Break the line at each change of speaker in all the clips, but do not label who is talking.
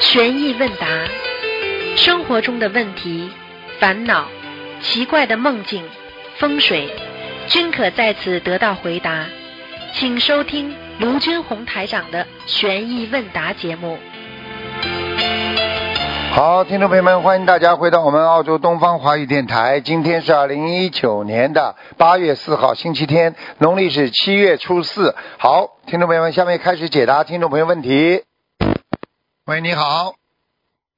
悬疑问答，生活中的问题、烦恼、奇怪的梦境、风水，均可在此得到回答。请收听卢军红台长的悬疑问答节目。
好，听众朋友们，欢迎大家回到我们澳洲东方华语电台。今天是二零一九年的八月四号，星期天，农历是七月初四。好，听众朋友们，下面开始解答听众朋友问题。喂，你好。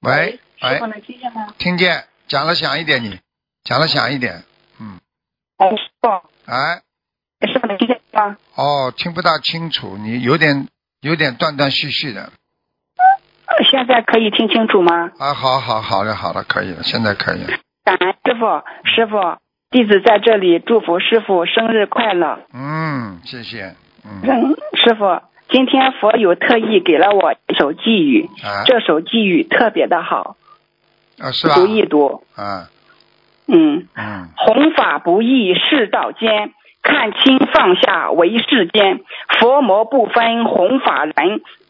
喂，
师
喂
傅，能听见吗？
听见？讲了响一点你，讲了响一点。嗯，
哎，师傅，
哎，
师傅能听见吗？
哦，听不大清楚，你有点有点断断续续的。
呃现在可以听清楚吗？
啊，好好好了好了，可以了，现在可以了。
感恩师傅，师傅，弟子在这里祝福师傅生日快乐。
嗯，谢谢。嗯，
嗯，师傅，今天佛友特意给了我一首寄语，
啊
这首寄语特别的好，
啊是吧？
读一读。
啊，
嗯，
嗯。
弘法不易世道艰，看清放下为世间。佛魔不分弘法人，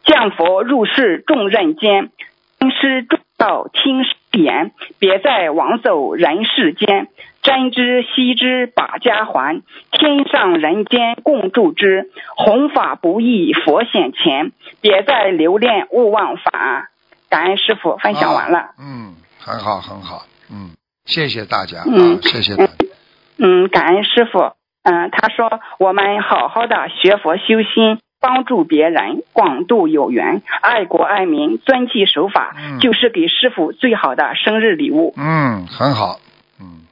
降佛入世重任肩。听师重道听师言，别再枉走人世间。沾之惜之把家还，天上人间共助之。弘法不易佛显前，别再留恋勿忘法。感恩师傅，分享完了。
啊嗯，很好，很好。嗯，谢谢大家。
嗯
啊、谢谢大家。
嗯，感恩师傅。嗯，他说我们好好的学佛修心，帮助别人，广度有缘，爱国爱民，遵纪守法，
嗯
就是给师傅最好的生日礼物。
嗯，很好。嗯，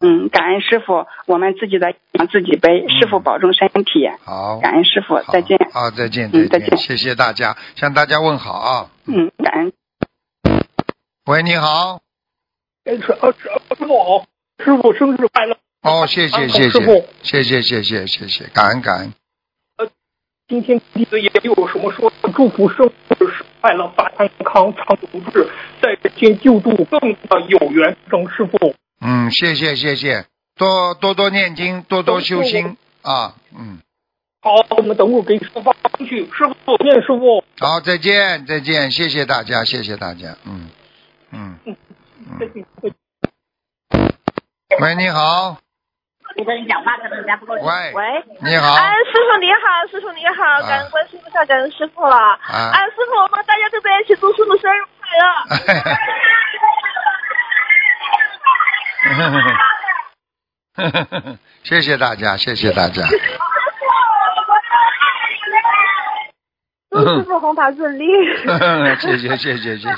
嗯，感恩师傅，我们自己的养自己背，师傅保重身体。
嗯好。
感恩师傅，
好
再见。
啊，再见，
嗯
再
再见
谢谢大家，向大家问好啊。
嗯，感恩。
喂，你好。
哎，师啊师师傅好，师傅生日快乐！
呃
哦，谢谢，
啊
谢
师
谢
傅，
谢谢，谢谢，谢谢，感恩感恩。
今天弟子也有什么说的，祝福生日快乐，法安康，长久不治，在天救度更的有缘等师傅。
嗯，谢谢，谢谢，多多多念经，多多修心啊。嗯，
好，我们等会儿给师傅发上去，师傅念师傅，
好，再见，再见，谢谢大家，谢谢大家。嗯嗯
再
嗯。
见。
喂，你好。
我跟你讲话可能人家不够。
喂，
喂，
你好。
哎，师傅你好，师傅你好，感恩观世音菩萨，感恩师傅了。
啊
哎，师傅，我们大家都在一起祝师傅生日快乐。
哎谢谢大家，谢谢大家。
祝师傅弘法顺利。
谢谢谢谢谢谢。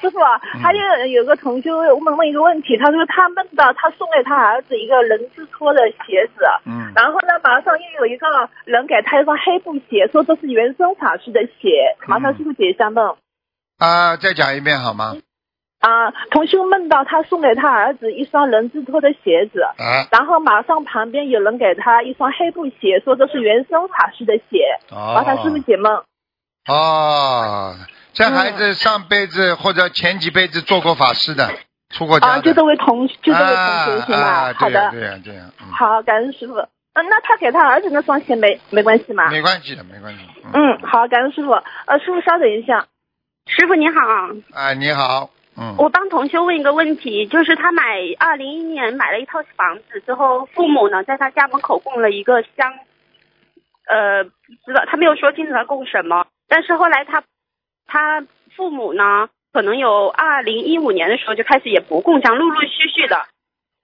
师傅，还有有个同修问问一个问题，他说他梦到他送给他儿子一个人字拖的鞋子，
嗯
然后呢，马上又有一个人给他一双黑布鞋，说这是原生法师的鞋。
嗯
马上师傅解一下梦。
啊，再讲一遍好吗？
啊，同修梦到他送给他儿子一双人字拖的鞋子，
啊
然后马上旁边有人给他一双黑布鞋，说这是原生法师的鞋，麻烦师傅
哦
解梦。
哦，这孩子上辈子或者前几辈子做过法师的，出过家
啊，
的。
就这位同就这位同学
啊
行吧？
啊，
好
对呀
的，
对呀对呀，嗯，
好，感恩师傅。嗯，那他给他儿子那双鞋没没关系吗？
没关系的，没关系。
嗯，好，感恩师傅。呃，师傅稍等一下。
师傅你好，
啊，你好，嗯
我帮同修问一个问题，就是他买二零一一年买了一套房子之后，父母呢在他家门口供了一个香，呃，不知道他没有说清楚他供什么，但是后来他他父母呢，可能有二零一五年的时候就开始也不供香，陆陆续续的，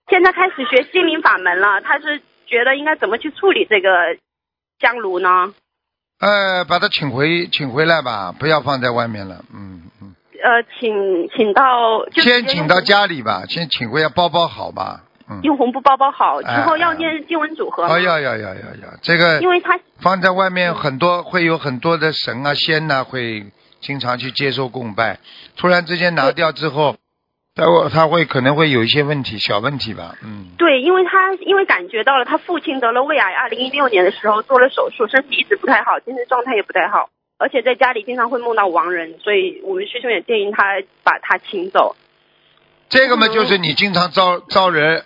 现在开始学心灵法门了，他是觉得应该怎么去处理这个香炉呢？
呃，把他请回请回来吧，不要放在外面了，嗯嗯。
呃，请请到就直接
先
用
请到家里吧，先请回来包包好吧，嗯。
用红布包包好，之
哎
后要
哎
念经文组合吗，
哦，要要要要要，这个
啊因为他
放在外面很多会有很多的神啊仙呐、会经常去接受供拜，突然之间拿掉之后，他会他会可能会有一些问题，小问题吧，嗯，
对，因为他因为感觉到了他父亲得了胃癌，二零一六年的时候做了手术，身体一直不太好，精神状态也不太好，而且在家里经常会梦到亡人，所以我们师兄也建议他把他请走。
这个嘛就是你经常招招惹啊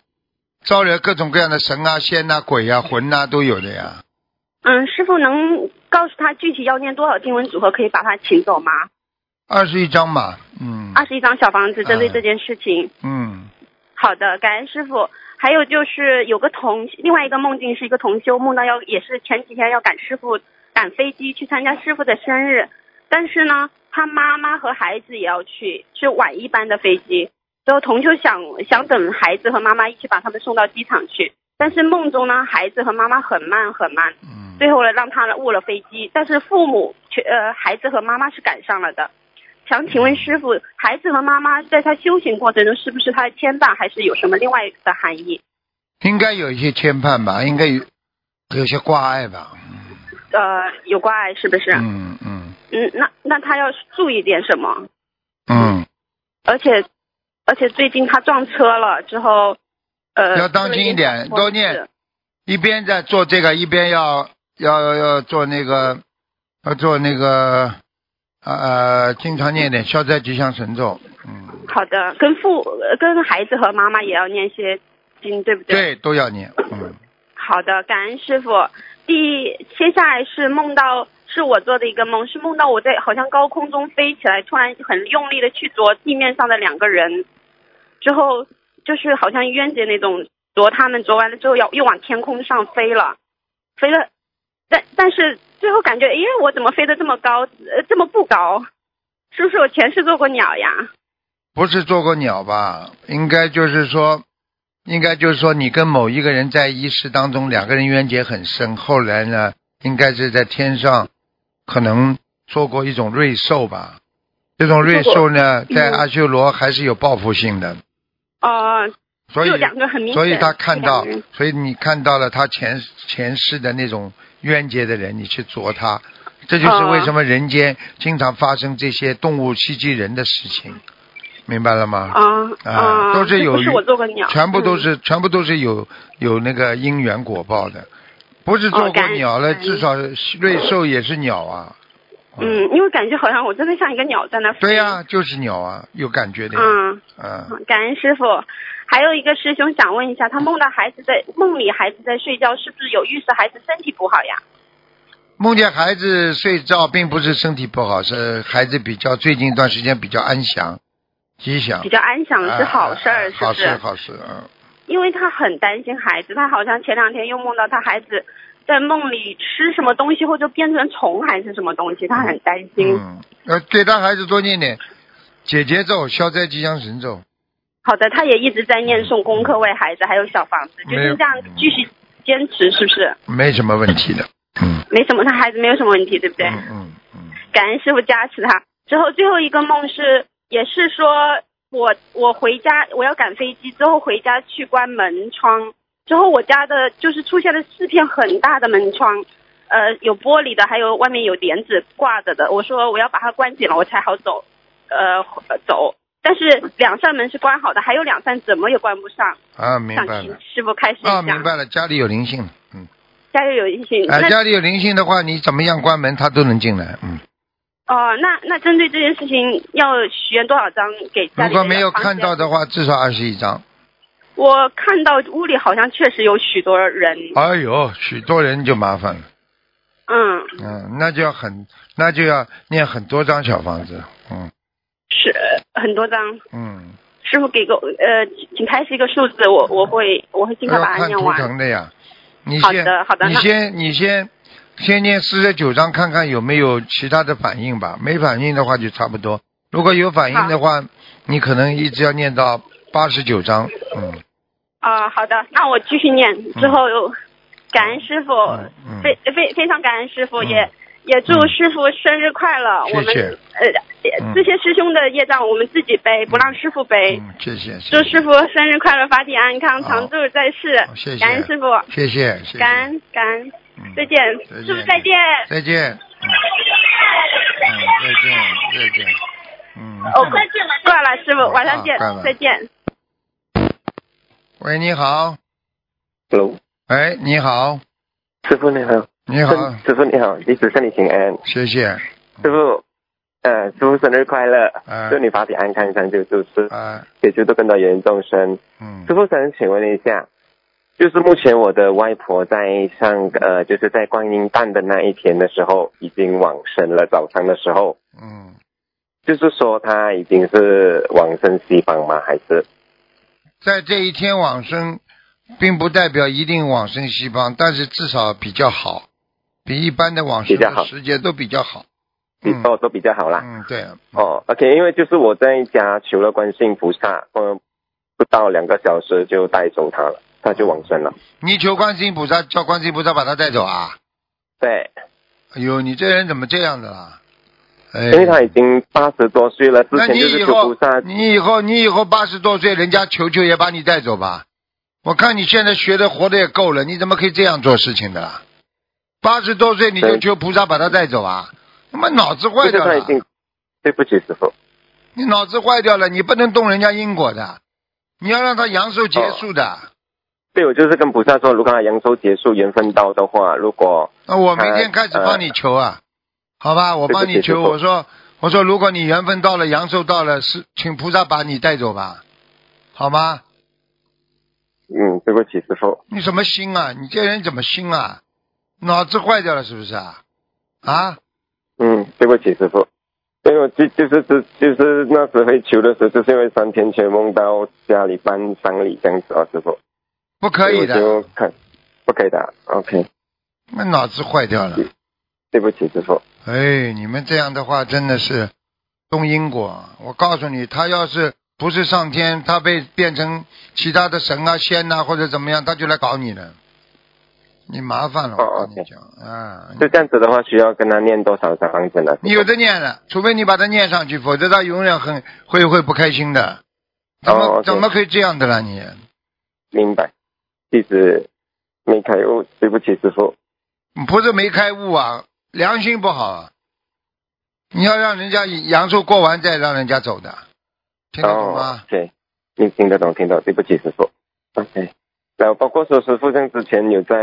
招惹各种各样的神啊仙呐、鬼啊魂呐、都有的呀，
嗯，师傅能告诉他具体要念多少经文组合可以把他请走吗？
二十一张嘛，嗯
二十一张小房子针对这件事情。
嗯，
好的，感恩师傅。还有就是有个同另外一个梦境是一个同修梦到要也是前几天要赶师傅赶飞机去参加师傅的生日，但是呢，他妈妈和孩子也要去，是晚一班的飞机。之后同修想想等孩子和妈妈一起把他们送到机场去，但是梦中呢，孩子和妈妈很慢很慢，
嗯
最后呢让他误了飞机，但是父母却呃孩子和妈妈是赶上了的。想请问师傅，孩子和妈妈在他修行过程中是不是他的牵绊，还是有什么另外的含义？
应该有一些牵绊吧，应该有有些挂碍吧，
呃，有关爱是不是？嗯，
嗯嗯
那那他要注意点什么？
嗯，
而且而且最近他撞车了之后，呃，
要当心一点
出了
多
点
念
小错字
一边在做这个，一边要要要要做那个，要做那个，呃，经常念点消灾吉祥神咒，嗯，
好的，跟父呃跟孩子和妈妈也要念些经，对不对？
对，都要念，嗯
好的，感恩师傅。第接下来是梦到是我做的一个梦，是梦到我在好像高空中飞起来，突然很用力的去啄地面上的两个人，之后就是好像冤结那种啄他们，啄完了之后要又往天空上飞了，飞了，但但是最后感觉，哎，我怎么飞得这么高，呃，这么不高？是不是我前世做过鸟呀？
不是做过鸟吧？应该就是说，应该就是说，你跟某一个人在一世当中，两个人冤结很深，后来呢，应该是在天上可能做过一种瑞兽吧。这种瑞兽呢，
过
在
嗯
阿修罗还是有报复性的，
哦、
所以
就两个很明显，
所以他看到
这两个人，
所以你看到了他前前世的那种冤结的人，你去啄
啊
他，这就是为什么人间经常发生这些动物袭击人的事情，明白了吗？
啊
啊都是
这
有
不是我做过鸟，
全部都
嗯
是、全部都是有有那个因缘果报的，不是做
哦
过
感恩
鸟了，
感恩
至少瑞兽也是鸟啊。
嗯，因为感觉好像我真的像一个鸟在那飞。
对呀、就是鸟啊，有感觉的呀。
嗯，
嗯
感恩师傅。还有一个师兄想问一下，他梦到孩子在梦里孩子在睡觉，是不是有预示孩子身体不好呀？
梦见孩子睡觉，并不是身体不好，是呃孩子比较最近一段时间比较安详、吉祥
比。较安详是好事
哎
儿，
哎
是
嗯好
不
事
是？
好事，嗯，
因为他很担心孩子，他好像前两天又梦到他孩子在梦里吃什么东西，或者变成虫还是什么东西，他很担心。
嗯，呃，对他孩子多念点姐姐咒、消灾吉祥神咒，
好的，他也一直在念诵功课为孩子，还有小房子，就
没有
是这样继续坚持，是不是？
没什么问题的，嗯，
没什么，他孩子没有什么问题，对不对？
嗯嗯嗯，
感恩师傅加持他。之后最后一个梦是，也是说我我回家，我要赶飞机之后回家去关门窗，之后我家的就是出现了四片很大的门窗，呃，有玻璃的，还有外面有帘子挂着的。我说我要把它关紧了，我才好走，呃，走。但是两扇门是关好的，还有两扇怎么也关不上。
啊，明
想
白
请
了，
师傅开始一下。
啊，明白了，家里有灵性，嗯，
家里有一些，
哎，
那
家里有灵性的话，你怎么样关门，他都能进来，嗯，
哦，那那针对这件事情要许愿多少张给家
如
里？
果没有看到的，话，至少二十一张。
我看到屋里好像确实有许多人，
哎呦，许多人就麻烦了，
嗯，
嗯，那就要很，那就要念很多张小房子，嗯
是很多张。
嗯，
师傅给个呃，请开始一个数字，我我会我会尽快
要
把它
看
念
图
完。
腾的呀。你
好
先，
的好的
你
那
先，你先，先念四十九章，看看有没有其他的反应吧。没反应的话就差不多，如果有反应的话，你可能一直要念到八十九章。嗯
啊、好的，那我继续念。之后有感恩师傅，
嗯嗯
非非非常感恩师傅，
嗯
也也祝师傅生日快乐。
谢
我们
谢嗯
呃，这些师兄的业障我们自己背，不让师傅背。
嗯，谢谢，谢
祝
谢
师傅生日快乐，法体安康，长驻在世
好。谢谢
感恩师傅，
谢谢，谢谢，
感恩感恩，
嗯
再见，
再见
师傅再见。
再见，嗯，嗯再见，再见，嗯。
哦，挂挂了，师傅，晚上见
挂了，
再见。
喂，你好，
Hello，
喂，哎你好，
师傅你好，
你好，嗯
师傅你好，弟子向你请安，
谢谢，
师傅，呃，师傅生日快乐，
啊
祝你法体安康，长久住世，
啊，
解救度更多有缘众生。
嗯
师，傅想请问一下，就是目前我的外婆在上呃，就是在观音诞的那一天的时候已经往生了，早上的时候，
嗯，
就是说她已经是往生西方吗？还是
在这一天往生，并不代表一定往生西方，但是至少比较好，比一般的往生
比较好
的时节都比较好。
比
嗯
哦都比较好啦？
嗯，对，
哦，OK，因为就是我在家求了观世音菩萨，嗯，不到两个小时就带走她了，她就往生了。
你求观世音菩萨，叫观世音菩萨把他带走啊！
对，
哎呦，你这人怎么这样的啦？哎，
因为她已经八十多岁了，之
那
前
你
就是求
以
菩
后
萨，
你以后，你以后八十多岁，人家求求也把你带走吧。我看你现在学的活的也够了，你怎么可以这样做事情的啦？八十多岁你就
对
求菩萨把他带走啊？他妈脑子
就
坏
是
掉
她已
了，
经，对不起师傅，
你脑子坏掉了，你不能动人家因果的，你要让他阳寿
哦
结束的。
对我就是跟菩萨说，如果她阳寿结束缘分到的话，如果呃
那我明天开始帮你求啊，好吧，我帮你
对
求。
不起
我说，我说，如果你缘分到了，阳寿到了，是请菩萨把你带走吧，好吗？
嗯，对不起师傅，
你什么心啊？你这人怎么心啊？脑子坏掉了是不是啊？啊，
嗯，对不起，师傅。因为我就就是就是就是那时会求的时候，就是因为三天前梦到家里办丧礼这样子啊，师傅。
不可
所
以的，
我就看，不可以的啊，OK。
那脑子坏掉了。
对不起，师傅。
哎，你们这样的话真的是动因果。我告诉你，他要是不是上天，他被变成其他的神啊、仙呐、或者怎么样，他就来搞你了，你麻烦了。我
哦
跟你讲，啊，
就这样子的话，需要跟他念多少张房子呢？
你有的念了，除非你把它念上去，否则他永远很会会不开心的。怎么、
哦，OK
怎么可以这样的啦你？
明白。弟子没开悟，对不起，师傅。
不是没开悟啊，良心不好啊。你要让人家阳寿过完再让人家走的，听得懂
哦
吗？
，OK。你听得懂，听得懂，对不起，师傅。OK。然后包括说师傅像之前有在，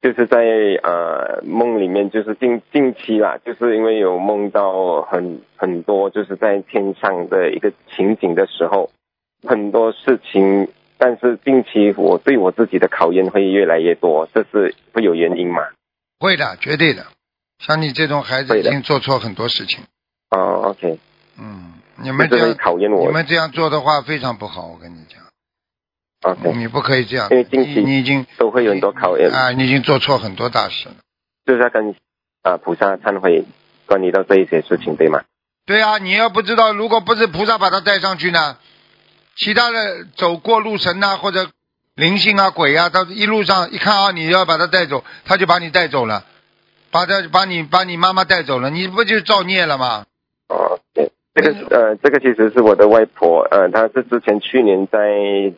就是在呃梦里面，就是近近期啦，就是因为有梦到很很多就是在天上的一个情景的时候，很多事情，但是近期我对我自己的考验会越来越多，这是会有原因嘛？
会的，绝对的。像你这种孩子
会
已
的
经做错很多事情，
哦，OK，
嗯，你们
这
这
是会
样
考验
你
我。
们这样做的话非常不好，我跟你讲，
OK，
你不可以这样，
因为近
你
期
你已经
都会有很多考验，
啊，你已经做错很多大事了。
就是要跟啊、呃菩萨忏悔，关于到这一些事情，对吗？
对啊，你要不知道，如果不是菩萨把他带上去呢，其他的走过路神呐、或者灵性啊、鬼啊，到一路上一看啊，你要把他带走，他就把你带走了，把他把你把你妈妈带走了，你不就造孽了吗？
哦，对，这个是呃，这个其实是我的外婆，呃，她是之前去年在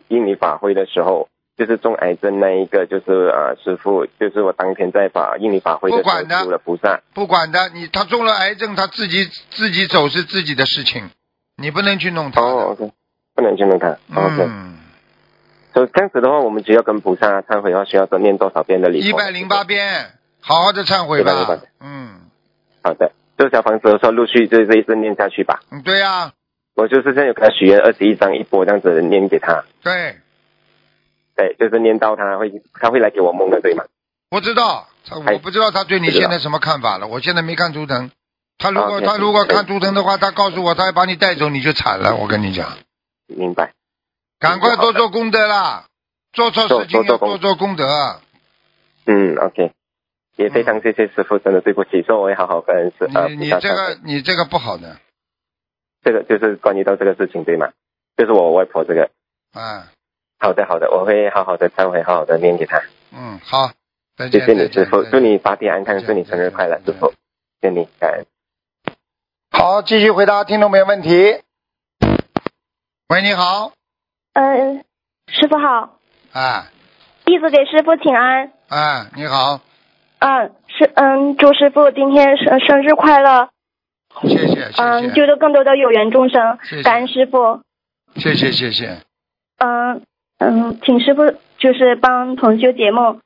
印尼法会的时候，就是中癌症那一个，就是呃师傅，就是我当天在法印尼法会的
不
时
管
候
的
求了菩萨，
不管他，你他中了癌症，他自己自己走是自己的事情，你不能去弄他的。
哦，OK，不能去弄他、o
嗯，
k 所以这样子的话，我们只要跟菩萨忏悔的话，需要多念多少遍的礼佛？
一百零八遍，好好的忏悔
108
吧
遍。
嗯，
好的，就小房子的时候陆续就这一直念下去吧。
嗯对呀、
我就是现在有给他许愿二十一张一波这样子念给他，
对，
对，就是念到他会他会来给我梦的，对吗？
我知道，他
哎
我不知道他对你
不知道
现在什么看法了。我现在没看图腾，他如果
啊对
他如果
对
看图腾的话，他告诉我他要把你带走，你就惨了。我跟你讲，
明白。
赶快
好
多
的
做功德啦，做错
做
事情
多
要
做功
多做功德。
嗯，OK，也非常谢谢师傅，真的对不起，所以我会好好跟师呃
你
菩
你
萨
这
忏悔
个你这个不好的
这个就是关于到这个事情对吗？就是我外婆这个，
啊，
好的好的，我会好好的忏悔，好好的念给他，
嗯，好，再
谢
见，
谢你
再见
师傅，
再见
祝你法体安
再
康，
见
祝你生日快乐，师
再见
傅，谢谢你，感恩。
好，继续回答听众朋友问题。喂，你好，
嗯，师傅好，
啊
弟子给师傅请安。
啊，你好，
嗯，是嗯，祝师傅今天生生日快乐。
谢谢谢
嗯，救度更多的有缘众生
谢谢，
感恩师傅。
谢谢谢谢谢谢，
嗯嗯，请师傅就是帮同修解梦。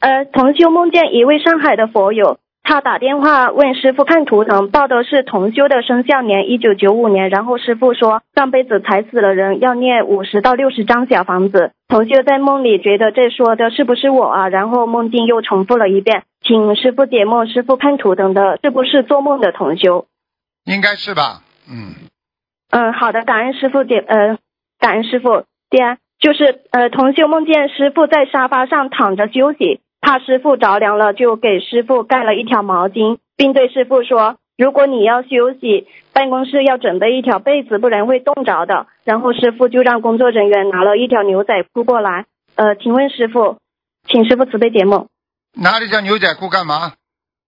呃，同修梦见一位上海的佛友，他打电话问师傅看图腾，报的是同修的生肖年一九九五年，然后师傅说上辈子踩死了人，要念五十到六十张小房子。同修在梦里觉得这说的是不是我啊？然后梦境又重复了一遍，请师傅解梦，师傅看图腾的是不是做梦的同修？
应该是吧？嗯，
嗯，好的，感恩师傅点，呃，感恩师傅。第二就是呃，同修梦见师傅在沙发上躺着休息，怕师傅着凉了，就给师傅盖了一条毛巾，并对师傅说：“如果你要休息，办公室要准备一条被子，不然会冻着的。”然后师傅就让工作人员拿了一条牛仔裤过来。呃，请问师傅，请师傅慈悲解梦。
拿着条牛仔裤干嘛？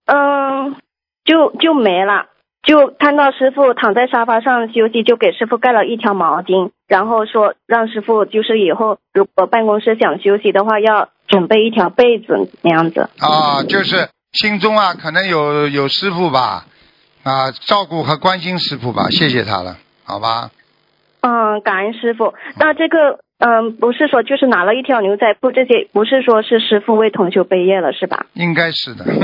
嗯，就就没了。就看到师傅躺在沙发上休息，就给师傅盖了一条毛巾，然后说让师傅就是以后如果办公室想休息的话，要准备一条被子那样子。
啊，就是心中啊，可能有有师傅吧，啊，照顾和关心师傅吧，谢谢他了，好吧？
嗯，感恩师傅。那这个嗯，不是说就是拿了一条牛仔裤这些，不是说是师傅为同修背业了是吧？
应该是的。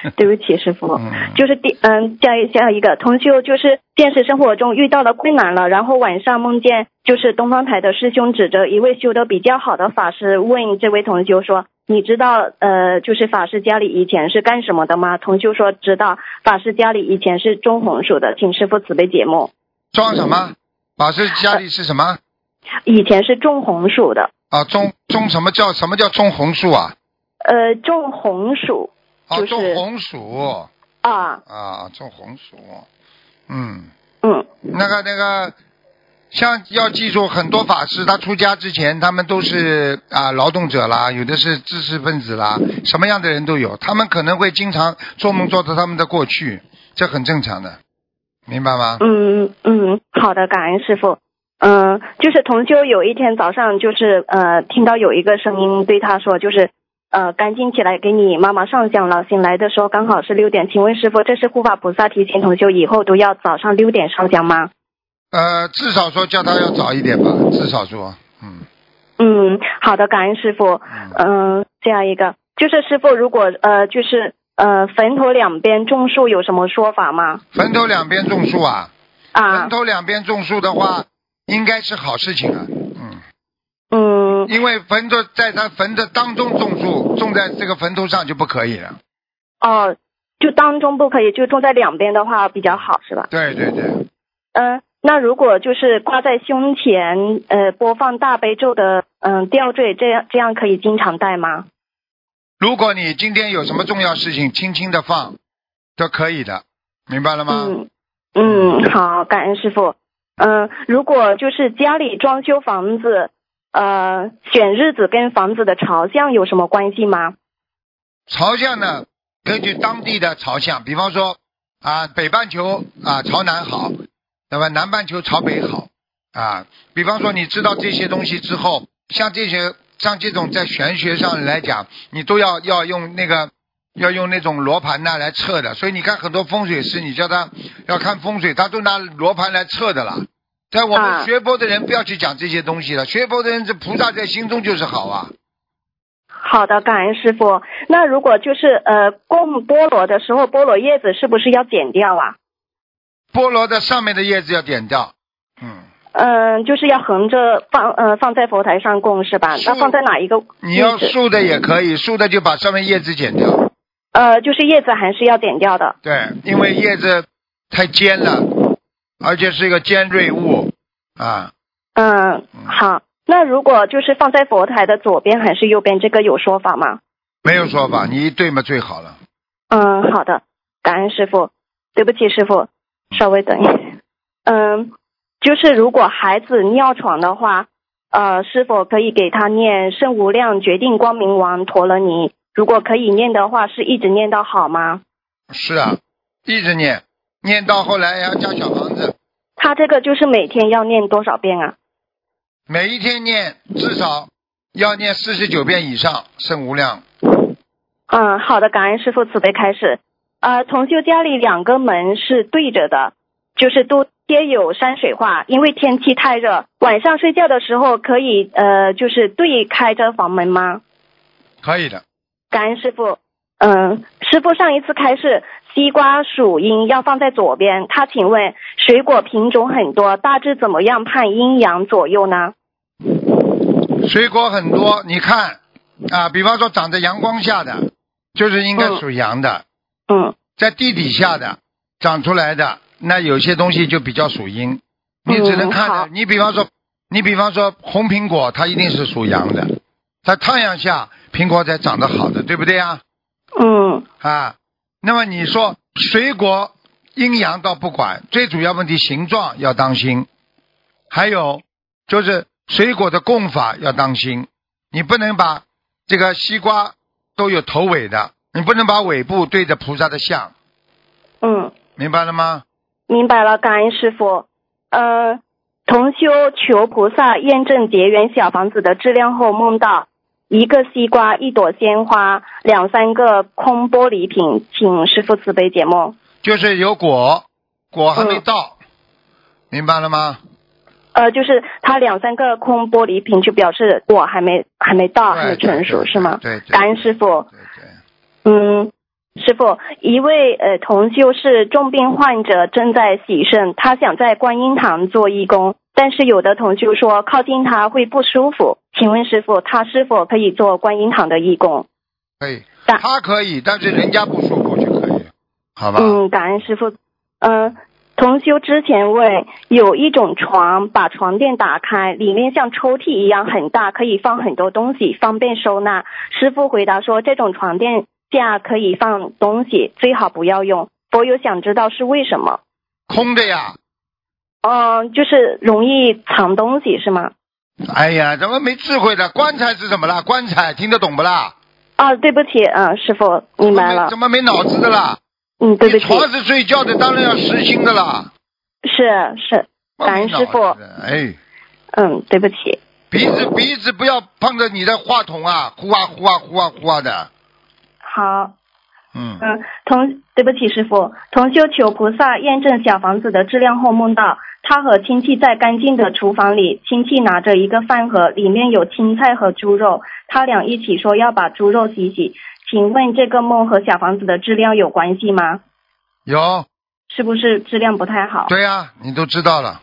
对不起，师傅
嗯，
就是第嗯，下一下一个同修就是现实生活中遇到了困难了，然后晚上梦见就是东方台的师兄指着一位修得比较好的法师问这位同修说：“你知道呃，就是法师家里以前是干什么的吗？”同修说：“知道，法师家里以前是种红薯的，请师傅慈悲解梦。
装什么？老师家里是什么？
以前是种红薯的，
啊，种种什么叫什么叫种红薯啊？
呃，种红薯
啊，
就是
种红薯
啊，
啊，种红薯。嗯，
嗯，
那个那个，像要记住，很多法师他出家之前，他们都是啊劳动者啦，有的是知识分子啦，什么样的人都有。他们可能会经常做梦做到他们的过去，这很正常的，明白吗？
嗯嗯，好的，感恩师傅。嗯，就是同修有一天早上，就是呃，听到有一个声音对他说，就是呃，赶紧起来给你妈妈上香了。醒来的时候刚好是六点，请问师傅，这是护法菩萨提醒同修以后都要早上六点上香吗？
呃，至少说叫他要早一点吧，至少说，嗯
嗯，好的，感恩师傅。
嗯。
嗯，这样一个，就是师傅，如果呃，就是呃，坟头两边种树有什么说法吗？
坟头两边种树啊，
啊
坟，头两边种树的话，应该是好事情啊，嗯。
嗯
因为坟头在他坟的当中种树，种在这个坟头上就不可以了。
哦，就当中不可以，就种在两边的话比较好，是吧？
对对对，
嗯，那如果就是挂在胸前，呃，播放大悲咒的，嗯、吊坠，这样这样可以经常戴吗？嗯
如果你今天有什么重要事情，轻轻的放，都可以的，明白了吗？
嗯嗯，好，感恩师傅。嗯、如果就是家里装修房子，呃，选日子跟房子的朝向有什么关系吗？
朝向呢，根据当地的朝向，比方说啊，北半球啊朝南好，那么南半球朝北好啊。比方说，你知道这些东西之后，像这些像这种在玄学上来讲，你都要要用那个要用那种罗盘呐来测的。所以你看很多风水师，你叫他要看风水，他都拿罗盘来测的啦。但我们
啊
学佛的人不要去讲这些东西了，学佛的人这菩萨在心中就是好啊。
好的，感恩师傅。那如果就是呃供菠萝的时候，菠萝叶子是不是要剪掉啊？
菠萝的上面的叶子要点掉，嗯。
嗯、就是要横着放，呃，放在佛台上供是吧？那
是
放在哪一个位置？
你要竖的也可以，竖的就把上面叶子剪掉。
呃，就是叶子还是要剪掉的。
对，因为叶子太尖了，而且是一个尖锐物啊。
嗯，好。那如果就是放在佛台的左边还是右边，这个有说法吗？
没有说法，你一对嘛最好了。
嗯，好的，感恩师傅。对不起，师傅，稍微等一下。嗯，就是如果孩子尿床的话，呃，是否可以给他念圣无量决定光明王陀罗尼？如果可以念的话，是一直念到好吗？
是啊，一直念，念到后来要加小房子，
他这个就是每天要念多少遍啊？
每一天念至少要念四十九遍以上，圣无量。
嗯，好的，感恩师傅慈悲开始。呃，同修家里两个门是对着的，就是都贴有山水画，因为天气太热，晚上睡觉的时候可以呃，就是对开着房门吗？
可以的，
感恩师傅。嗯，师傅上一次开示，西瓜属阴，要放在左边。他请问，水果品种很多，大致怎么样判阴阳左右呢？
水果很多，你看啊，比方说长在阳光下的，就是应该属阳的；
嗯
在地底下的长出来的，那有些东西就比较属阴。你只能看
嗯好
的，你比方说，你比方说红苹果，它一定是属阳的，在太阳下苹果才长得好的，对不对啊？
嗯
啊，那么你说水果阴阳倒不管，最主要问题形状要当心，还有就是水果的供法要当心，你不能把这个西瓜都有头尾的，你不能把尾部对着菩萨的像，
嗯，
明白了吗？
明白了，感恩师傅。呃，同修求菩萨验证结缘小房子的质量后，梦到一个西瓜、一朵鲜花、两三个空玻璃瓶，请师傅慈悲解梦。
就是有果，果还没
嗯
到，明白了吗？
呃，就是它两三个空玻璃瓶，就表示果还没还没到，
对
还没成熟，是吗？
对对
感恩师傅。
对对，
嗯，师傅，一位呃同修是重病患者，正在洗肾，他想在观音堂做义工，但是有的同修说靠近他会不舒服，请问师傅，他是否可以做观音堂的义工？
可以，
但
他可以，但是人家不舒服就可以，好吧？
嗯，感恩师傅。嗯、同修之前问，有一种床，把床垫打开，里面像抽屉一样很大，可以放很多东西，方便收纳。师傅回答说，这种床垫下可以放东西，最好不要用。佛友想知道是为什么？
空的呀，
嗯、就是容易藏东西是吗？
哎呀，怎么没智慧的？棺材是怎么啦？棺材听得懂不啦？
啊，对不起，嗯、师傅明白了
怎，么没脑子的啦？
嗯，对不
你
起，
床是睡觉的，当然要实心的啦。
是是，感恩师
没脑
傅
子，的哎，
嗯，对不起，
鼻子鼻子不要碰着你的话筒啊，呼啊呼啊呼啊呼啊的，
好，
嗯，
嗯，同对不起师傅，同修求菩萨验证小房子的质量后，梦到他和亲戚在干净的厨房里，亲戚拿着一个饭盒，里面有青菜和猪肉，他俩一起说要把猪肉洗洗。请问这个梦和小房子的质量有关系吗？
有，
是不是质量不太好？
对呀、你都知道了，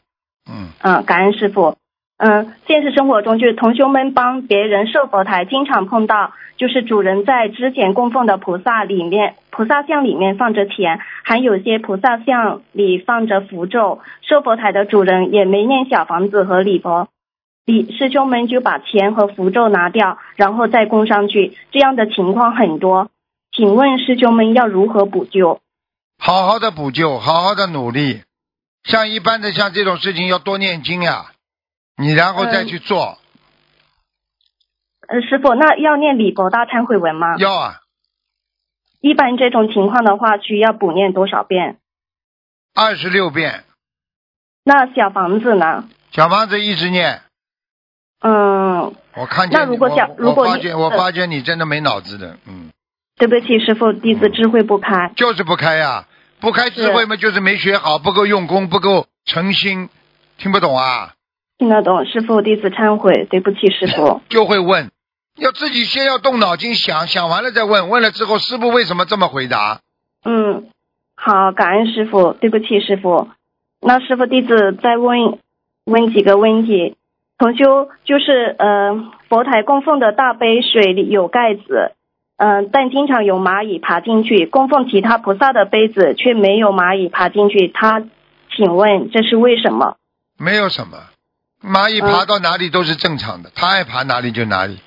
嗯，
嗯，感恩师傅。嗯，现实生活中就是同修们帮别人设佛台，经常碰到就是主人在之前供奉的菩萨里面，菩萨像里面放着钱，还有些菩萨像里放着符咒。设佛台的主人也没念小房子和礼佛，李师兄们就把钱和符咒拿掉，然后再供上去，这样的情况很多。请问师兄们要如何补救？
好好的补救，好好的努力。像一般的像这种事情要多念经呀、你然后再去
嗯
做，
呃，师傅，那要念礼佛大忏悔文吗？
要啊，
一般这种情况的话，需要补念多少遍？
二十六遍，
那小房子呢？
小房子一直念。
嗯，
我看见你
那如果
我
想
我
如果
我发
你
觉我
呃
发觉你真的没脑子的，嗯，
对不起，师傅，弟子智慧不开。
就是不开呀、不开智慧嘛，就是没学好，不够用功，不够诚心，听不懂啊，
听得懂，师傅，弟子忏悔，对不起，师傅。
就会问，要自己先要动脑筋想，想完了再问，问了之后师傅为什么这么回答？
嗯，好，感恩师傅，对不起，师傅。那师傅，弟子再问问几个问题。同修就是呃，佛台供奉的大杯水里有盖子，嗯、但经常有蚂蚁爬进去；供奉其他菩萨的杯子却没有蚂蚁爬进去。他请问这是为什么？
没有什么，蚂蚁爬到哪里都是正常的，它爱爬哪里就哪里，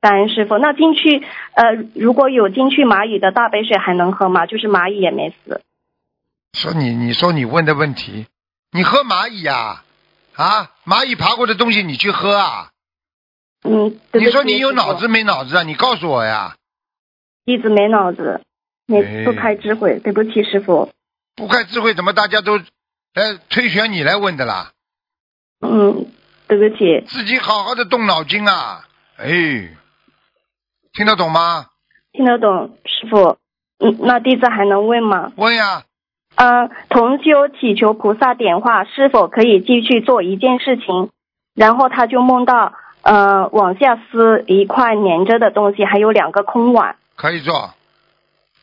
感恩师傅。那进去，呃，如果有进去蚂蚁的大杯水还能喝吗？就是蚂蚁也没死。
说你，你说你问的问题，你喝蚂蚁呀、啊？蚂蚁爬过的东西你去喝啊？
嗯，对不起
你说你有
师傅
脑子，没脑子啊？你告诉我呀！
弟子没脑子，没
哎
不开智慧，对不起师傅。
不开智慧怎么大家都来推选你来问的啦？
嗯，对不起，
自己好好的动脑筋啊！哎，听得懂吗？
听得懂师傅。嗯，那弟子还能问吗？
问呀，
嗯，同修祈求菩萨点化，是否可以继续做一件事情？然后他就梦到，呃，往下撕一块粘着的东西，还有两个空碗。
可以做，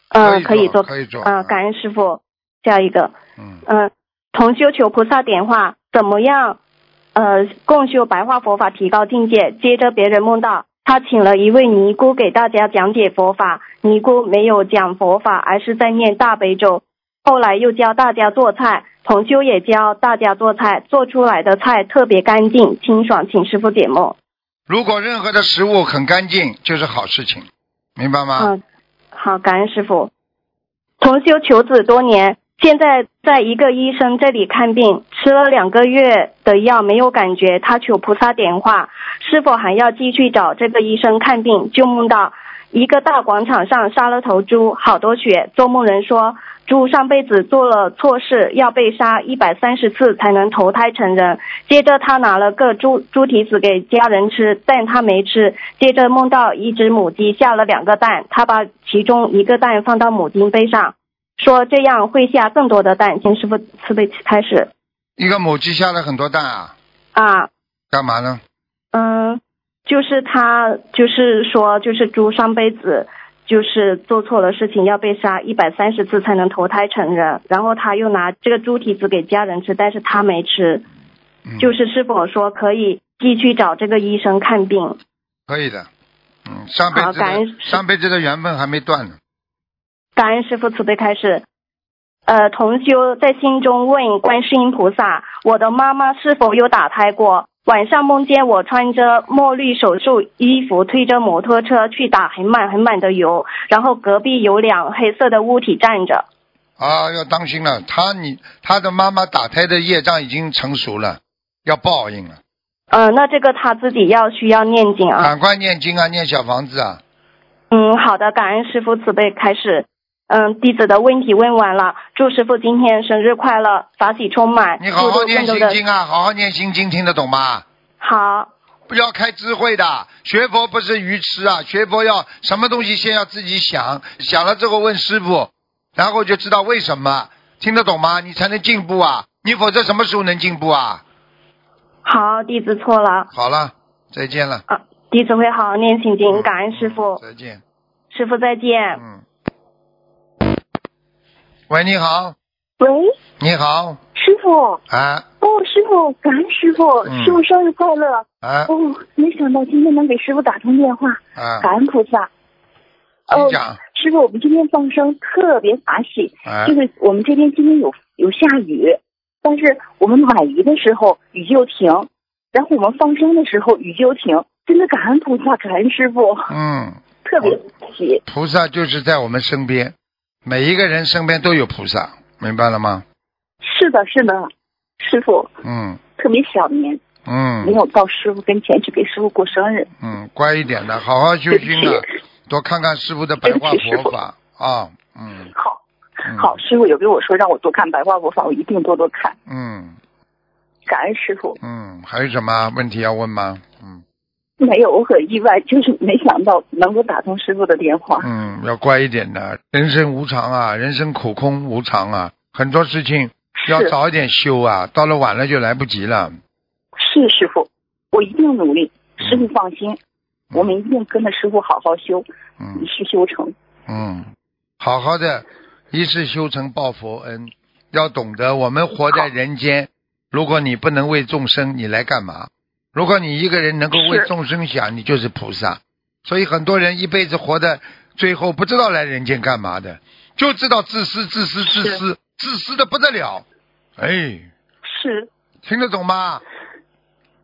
呃，可以做，
可以做，
呃，感恩师傅。下一个，
嗯，
嗯，同修求菩萨点化，怎么样？呃，共修白话佛法，提高境界。接着别人梦到他请了一位尼姑给大家讲解佛法，尼姑没有讲佛法，而是在念大悲咒。后来又教大家做菜，同修也教大家做菜，做出来的菜特别干净清爽，请师傅解梦。
如果任何的食物很干净，就是好事情，明白吗？
嗯，好，感恩师傅。同修求子多年，现在在一个医生这里看病，吃了两个月的药没有感觉，他求菩萨点化，是否还要继续找这个医生看病？就梦到一个大广场上杀了头猪，好多血。做梦人说，猪上辈子做了呃错事，要被杀一百三十次才能投胎成人。接着他拿了个猪猪蹄子给家人吃，但他没吃。接着梦到一只母鸡下了两个蛋，他把其中一个蛋放到母鸡背上，说这样会下更多的蛋。请师傅慈悲开始
一个母鸡下了很多蛋啊，
啊，
干嘛呢？
嗯，就是他就是说就是猪上辈子。就是做错了事情要被杀一百三十次才能投胎成人，然后他又拿这个猪蹄子给家人吃，但是他没吃，
嗯、
就是是否说可以继续找这个医生看病？
可以的，嗯，上辈
好
子
感恩
的上辈子的缘分还没断呢，
感恩师傅慈悲开示。呃，同修在心中问观世音菩萨：“我的妈妈是否有打胎过？”晚上梦见我穿着墨绿手术衣服，推着摩托车去打很满很满的油，然后隔壁有两黑色的物体站着。
啊，要当心了，他你他的妈妈打胎的业障已经成熟了，要报应了，
呃，那这个他自己要需要念经啊。
赶快念经啊，念小房子啊，
嗯，好的，感恩师傅慈悲开始。嗯，弟子的问题问完了，祝师傅今天生日快乐，法喜充满，
你好
度
好
度
念
更多
心
的
经啊，好好念心经，听得懂吗？
好。
不要开智慧的，学佛不是愚痴啊，学佛要什么东西先要自己想，想了之后问师傅，然后就知道为什么，听得懂吗？你才能进步啊，你否则什么时候能进步啊？
好，弟子错了
好了，再见了，
啊！弟子会好好念心经，感恩师傅，
再见，
师傅再见。
嗯。喂，你好，
喂，
你好，
师傅，哦，
啊
师傅，感恩师傅，
嗯
师傅生日快乐！
啊
哦，没想到今天能给师傅打通电话，
啊，
感恩菩萨。哦
你，讲，
师傅，我们今天放生特别法喜，
啊
就是我们这边今天有有下雨，但是我们买鱼的时候雨就停，然后我们放生的时候雨就停，真的感恩菩萨，感恩师傅，
嗯。
特别喜。
菩萨就是在我们身边，每一个人身边都有菩萨，明白了吗？
是的，是的，师傅
嗯
特别想您，没
嗯
有到师傅跟前去给师傅过生日。
嗯，乖一点的，好好修心啊，多看看师傅的白话佛法啊，嗯
好，
嗯
好，师傅有跟我说让我多看白话佛法，我一定多多看，
嗯
感恩师傅。
嗯，还有什么问题要问吗？嗯
没有，我很意外，就是没想到能够打通师傅的电话。
嗯，要乖一点的，人生无常啊，人生苦空无常啊，很多事情要
是
早一点修啊，到了晚了就来不及了。
是师傅，我一定努力，
嗯
师傅放心，我们一定跟着师傅好好修，
嗯
一世修成。
嗯，好好的，一世修成报佛恩，要懂得我们活在人间。如果你不能为众生，你来干嘛？如果你一个人能够为
是
众生想，你就是菩萨。所以很多人一辈子活的，最后不知道来人间干嘛的，就知道自私、自私、自私、自私的不得了。哎，
是，
听得懂吗？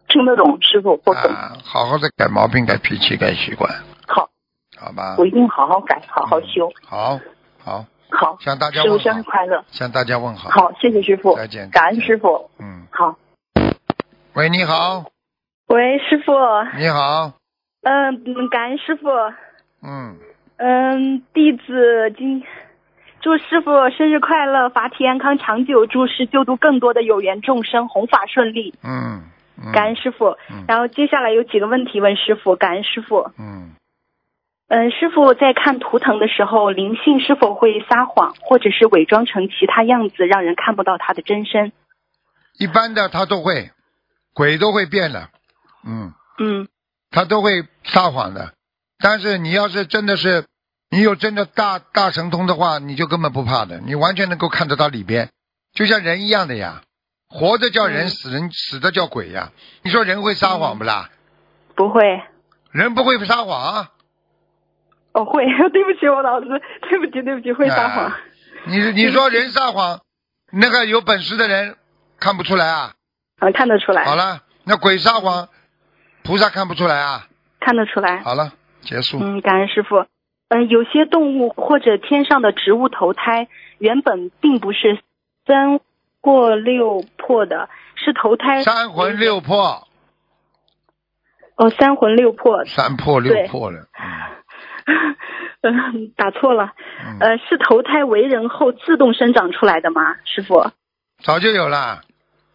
听得懂师傅，我懂。
啊，好好的改毛病、改脾气、改习惯，
好，
好吧
我？一定好好改，好好修。
啊嗯好，好，
好，
向大家
师傅
问
生
好，
日快乐。
向大家问好。
好，谢谢师傅
再见，
感恩
再见
师傅。
嗯。
好，
喂，你好，
喂，师傅，
你好，
嗯，感恩师傅，
嗯，
嗯，弟子今祝师傅生日快乐，法体安康长久，祝师救度更多的有缘众生，弘法顺利，
嗯，嗯
感恩，师傅。
嗯
然后接下来有几个问题问师傅，感恩师傅。
嗯，
嗯，师傅在看图腾的时候，灵性是否会撒谎，或者是伪装成其他样子，让人看不到他的真身？
一般的他都会，鬼都会变的，嗯，
嗯
他都会撒谎的。但是你要是真的是你有真的大大神通的话，你就根本不怕的，你完全能够看得到里边，就像人一样的呀。活着叫
嗯
人，死人死的叫鬼呀。你说人会撒谎不啦？
嗯不会，
人不会撒谎，
我、哦会。 对不起，我老师， 对不起，对不起，会撒谎。
哎你你说人撒谎，那个有本事的人看不出来啊。
嗯，看得出来。
好了，那鬼撒谎，菩萨看不出来啊。
看得出来。
好了，结束。
嗯，感恩师傅。嗯，有些动物或者天上的植物投胎，原本并不是三或六魄的，是投胎
三魂六魄，
哦，三魂六魄。
三魄六魄了。
嗯，打错了。
嗯
呃，是投胎为人后自动生长出来的吗，师傅？
早就有了。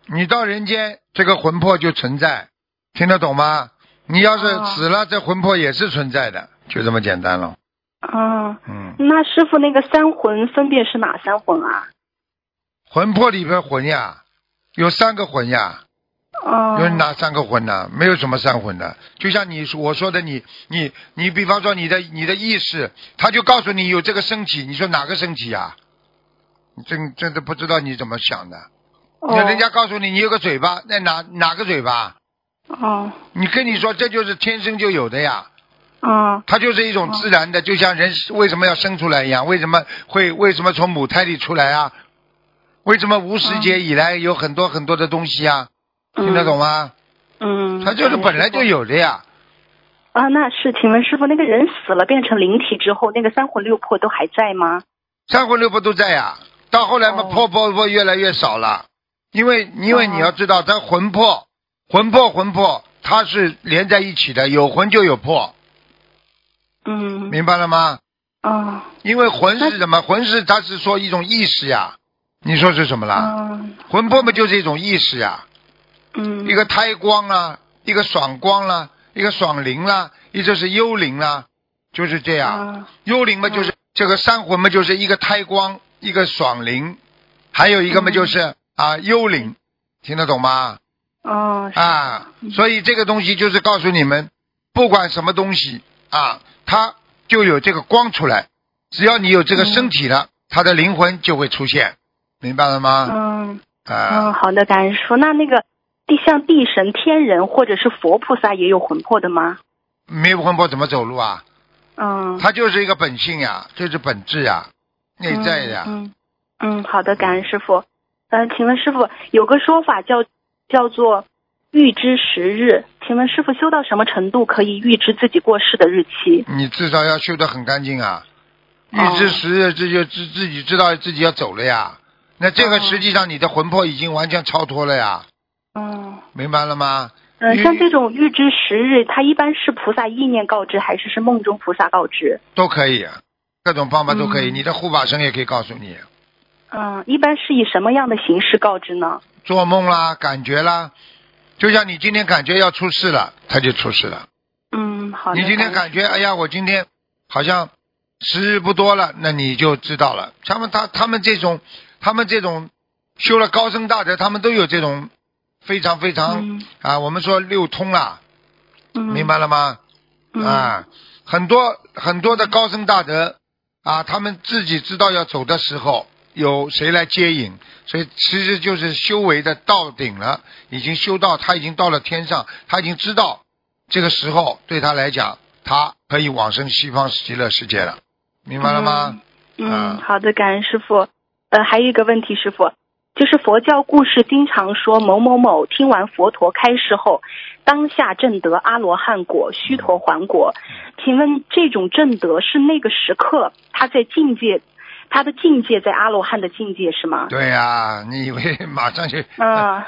你到人间，这个魂魄就存在，听得懂吗？你要
哦
是死了，这魂魄也是存在的，就这么简单了。
嗯，
嗯，
那师傅那个三魂分别是哪三魂啊？
魂魄里边魂呀，有三个魂呀，
哦、
有哪三个魂呢？没有什么三魂的，就像你说我说的你，你你比方说你的你的意识，他就告诉你有这个身体，你说哪个身体呀？你真真的不知道你怎么想的。
哦
那人家告诉你你有个嘴巴，那哪哪个嘴巴？
哦，
你跟你说这就是天生就有的呀。
嗯，
它就是一种自然的，就像人为什么要生出来一样，为什么会为什么从母胎里出来啊？为什么无时节以来有很多很多的东西啊？听得懂吗？
嗯，
它就是本来就有的呀。
啊，那是，请问师傅，那个人死了变成灵体之后，那个三魂六魄都还在吗？
三魂六魄都在呀。到后来嘛，魄魄魄越来越少了，因为因为你要知道，它魂魄、魂魄、魂魄，它是连在一起的，有魂就有魄，
嗯，
明白了吗？
哦，
因为魂是什么？魂是它是说一种意识呀，你说是什么啦？
嗯
魂魄嘛就是一种意识呀，
嗯，
一个胎光啦，一个爽光啦，一个爽灵啦，一个是幽灵啦，就是这样。
啊
幽灵嘛就是、这个三魂嘛就是一个胎光，一个爽灵，还有一个
嗯
嘛就是、啊幽灵，听得懂吗？
哦，是
啊，所以这个东西就是告诉你们，不管什么东西啊，它就有这个光出来，只要你有这个身体了，它的灵魂就会出现，明白了吗？
嗯嗯，
啊，
好的，感恩师傅。那那个地像地神、天人或者是佛菩萨也有魂魄的吗？
没有魂魄怎么走路啊？
嗯，
它就是一个本性呀，就是本质呀，内在的呀。
嗯嗯，嗯好的，感恩师傅。嗯、请问师傅，有个说法叫叫做预知时日，请问师傅修到什么程度可以预知自己过世的日期？
你至少要修得很干净啊，
哦
预知时日，这就自自己知道自己要走了呀。那这个
哦
实际上你的魂魄已经完全超脱了呀，
嗯。
明白了吗？
嗯，
预
像这种预知时日，它一般是菩萨意念告知，还是是梦中菩萨告知？
都可以，各种方法都可以。
嗯
你的护法神也可以告诉你，
嗯，一般是以什么样的形式告知呢？
做梦啦，感觉啦，就像你今天感觉要出事了，他就出事了。
嗯，好的。
你今天
感
感觉，哎呀，我今天好像时日不多了，那你就知道了。他们他他们这种，他们这种修了高僧大德，他们都有这种非常非常、
嗯
啊，我们说六通啊啦，
嗯
明白了吗？
嗯
啊，很多很多的高僧大德啊，他们自己知道要走的时候，有谁来接引，所以其实就是修为的到顶了，已经修到他已经到了天上，他已经知道这个时候对他来讲，他可以往生西方极乐世界了，明白了吗？
嗯，
啊
好的，感恩师傅。呃，还有一个问题，师傅，就是佛教故事经常说某某某听完佛陀开示后，当下证得阿罗汉果、须陀洹果。请问这种证得是那个时刻他在境界，他的境界在阿罗汉的境界是 吗？
对呀、你以为马上就？
嗯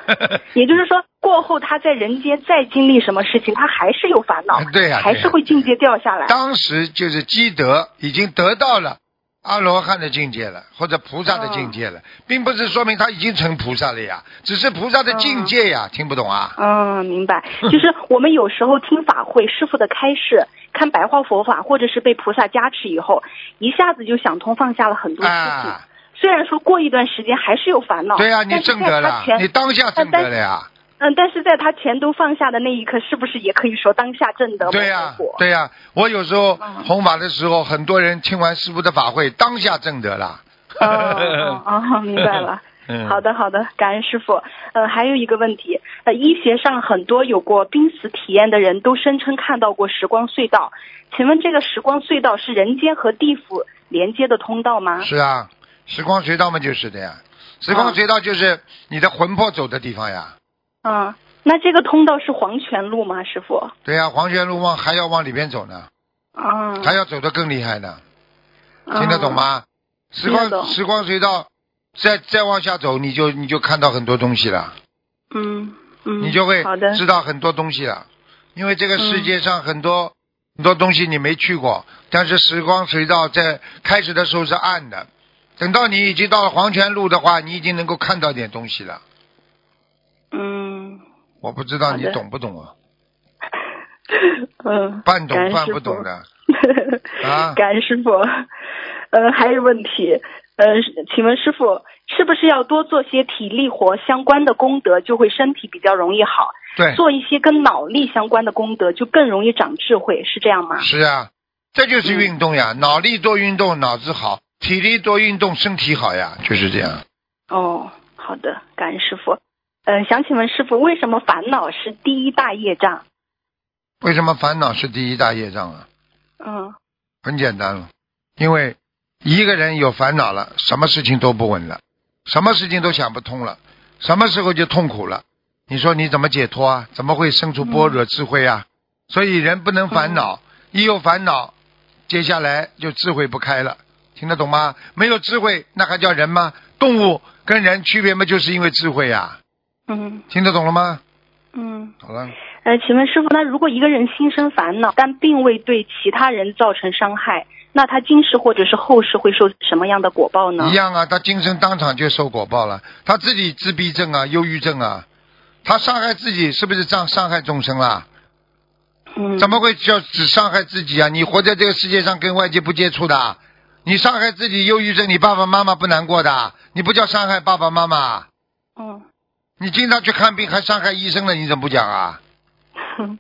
也就是说，过后他在人间再经历什么事情，他还是有烦恼，
哎对呀、
还
对
是
呀
会境界掉下来。
当时就是积德，已经得到了阿罗汉的境界了，或者菩萨的境界了，并不是说明他已经成菩萨了呀，只是菩萨的境界呀，听不懂啊？
嗯，明白。就是我们有时候听法会师傅的开示，看白话佛法，或者是被菩萨加持以后，一下子就想通放下了很多事情。
啊，
虽然说过一段时间还是有烦恼，
对呀、啊
但
你
是
证
在
得
他
了
全，
你当下证得了呀，
嗯，但是在他前途放下的那一刻，是不是也可以说当下证得
对
呀、
对呀、我有时候弘法的时候，很多人听完师傅的法会，当下证得了。
哦哦，明白了。
嗯，
好的，好的，感恩师傅。呃，还有一个问题，呃，医学上很多有过濒死体验的人都声称看到过时光隧道，请问这个时光隧道是人间和地府连接的通道吗？
是啊，时光隧道嘛就是的呀，时光隧道就是你的魂魄走的地方呀。
嗯，那这个通道是黄泉路吗，师傅？
对呀、黄泉路往还要往里边走呢，
啊，
还要走得更厉害呢，听得懂吗？时
哦听得
光
懂
时光隧道，再再往下走，你就你就看到很多东西了，
嗯嗯，
你就会
好的
知道很多东西了，因为这个世界上很
嗯
多、很多东西你没去过，但是时光隧道在开始的时候是暗的，等到你已经到了黄泉路的话，你已经能够看到点东西了，
嗯
我不知道
好
你
的
懂不懂啊？
嗯，
半懂
感恩
半
师
不
傅
懂的 啊。
感恩师傅。呃，还有问题，呃，是请问师傅是不是要多做些体力活相关的功德，就会身体比较容易好？
对
做一些跟脑力相关的功德，就更容易长智慧，是这样吗？
是啊，这就是运动
嗯
呀，脑力多运动，脑子好；体力多运动，身体好呀，就是这样。
哦，好的，感恩师傅。呃，想请问师傅，为什么烦恼是第一大业障？
为什么烦恼是第一大业障啊？
嗯
很简单了，因为一个人有烦恼了，什么事情都不稳了，什么事情都想不通了，什么时候就痛苦了。你说你怎么解脱啊？怎么会生出般若智慧啊？所以人不能烦恼，一有烦恼，接下来就智慧不开了。听得懂吗？没有智慧，那还叫人吗？动物跟人区别嘛，就是因为智慧呀、啊
嗯
听得懂了吗？
嗯。
好了，
呃，请问师傅，那如果一个人心生烦恼，但并未对其他人造成伤害，那他今世或者是后世会受什么样的果报呢？
一样啊，他今生当场就受果报了，他自己自闭症啊、忧郁症啊，他伤害自己是不是伤伤害众生啦？
嗯，
怎么会叫只伤害自己啊？你活在这个世界上跟外界不接触的啊，你伤害自己忧郁症，你爸爸妈妈不难过的啊，你不叫伤害爸爸妈妈啊？
嗯
你经常去看病还伤害医生了，你怎么不讲啊？
嗯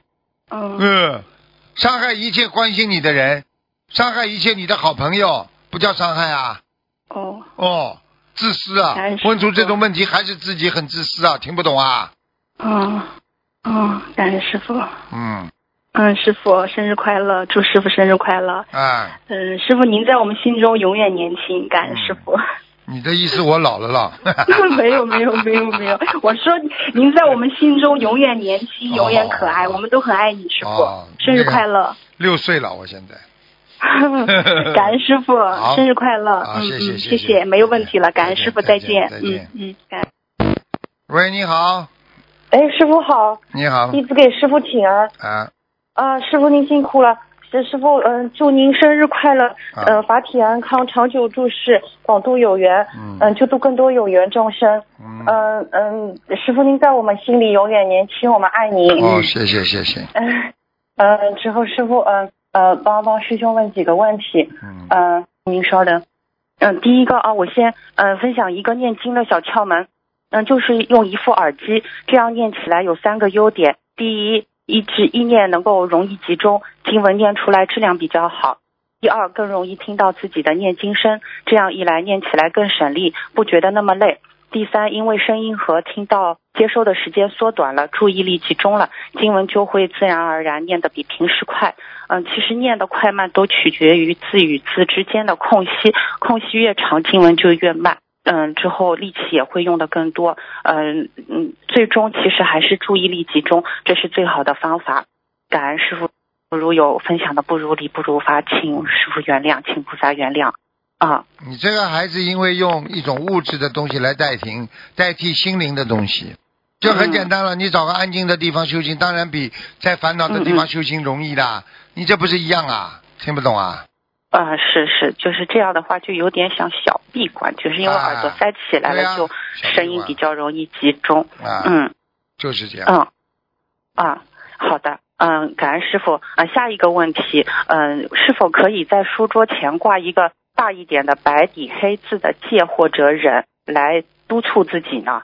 嗯，伤害一切关心你的人，伤害一切你的好朋友，不叫伤害啊？
哦
哦，自私啊
哎！是
问出这种问题还是自己很自私啊，听不懂啊？
嗯嗯，感恩师傅。
嗯，
嗯，师傅生日快乐，祝师傅生日快乐。
哎，
嗯，师傅您在我们心中永远年轻，感恩师傅。
你的意思我老了啦？ 嗯
没有没有没有没有，我说您在我们心中永远年轻，
哦
永远可爱，我们都很爱你，师傅。
哦，
生日快乐，
那个！六岁了，我现在。
感恩师傅
好，
生日快乐。
好
嗯
谢谢
嗯，
谢
谢
谢
没有问题了，感恩师傅，
再
再
见
见。
再见
嗯嗯，感恩。
喂，你好，
哎，师傅好，
你好，
弟子给师傅请安。
啊，
啊，师傅您辛苦了，师师傅，嗯、祝您生日快乐，
啊
呃，法体安康，长久住世，广度有缘，
嗯
嗯、救度更多有缘众生。嗯嗯、师傅您在我们心里永远年轻，我们爱您。
哦，谢谢谢谢，
嗯，呃，之后师傅，呃呃，帮帮师兄问几个问题。
嗯，
呃，您稍等。嗯、第一个啊，我先呃分享一个念经的小窍门。嗯、就是用一副耳机，这样念起来有三个优点。第一，一指意念能够容易集中，经文念出来质量比较好。第二，更容易听到自己的念经声，这样一来念起来更省力，不觉得那么累。第三，因为声音和听到接收的时间缩短了，注意力集中了，经文就会自然而然念得比平时快。嗯，其实念的快慢都取决于字与字之间的空隙，空隙越长，经文就越慢。嗯，之后力气也会用的更多。嗯嗯，最终其实还是注意力集中，这是最好的方法。感恩师傅，如有分享的不如理、不如法，请师傅原谅，请菩萨原谅。啊，
你这个孩子因为用一种物质的东西来代替代替心灵的东西，就很简
嗯
单了。你找个安静的地方修行，当然比在烦恼的地方修行容易啦。你这不是一样啊？听不懂啊？
呃，是是，就是这样的话，就有点像小闭关，就是因为耳朵
啊
塞起来
对
了，
呀
就声音比较容易集中。
啊，
嗯，
就是这样。
嗯，啊，好的，嗯，感恩师傅。啊，下一个问题，嗯，是否可以在书桌前挂一个大一点的白底黑字的戒或者忍来督促自己呢？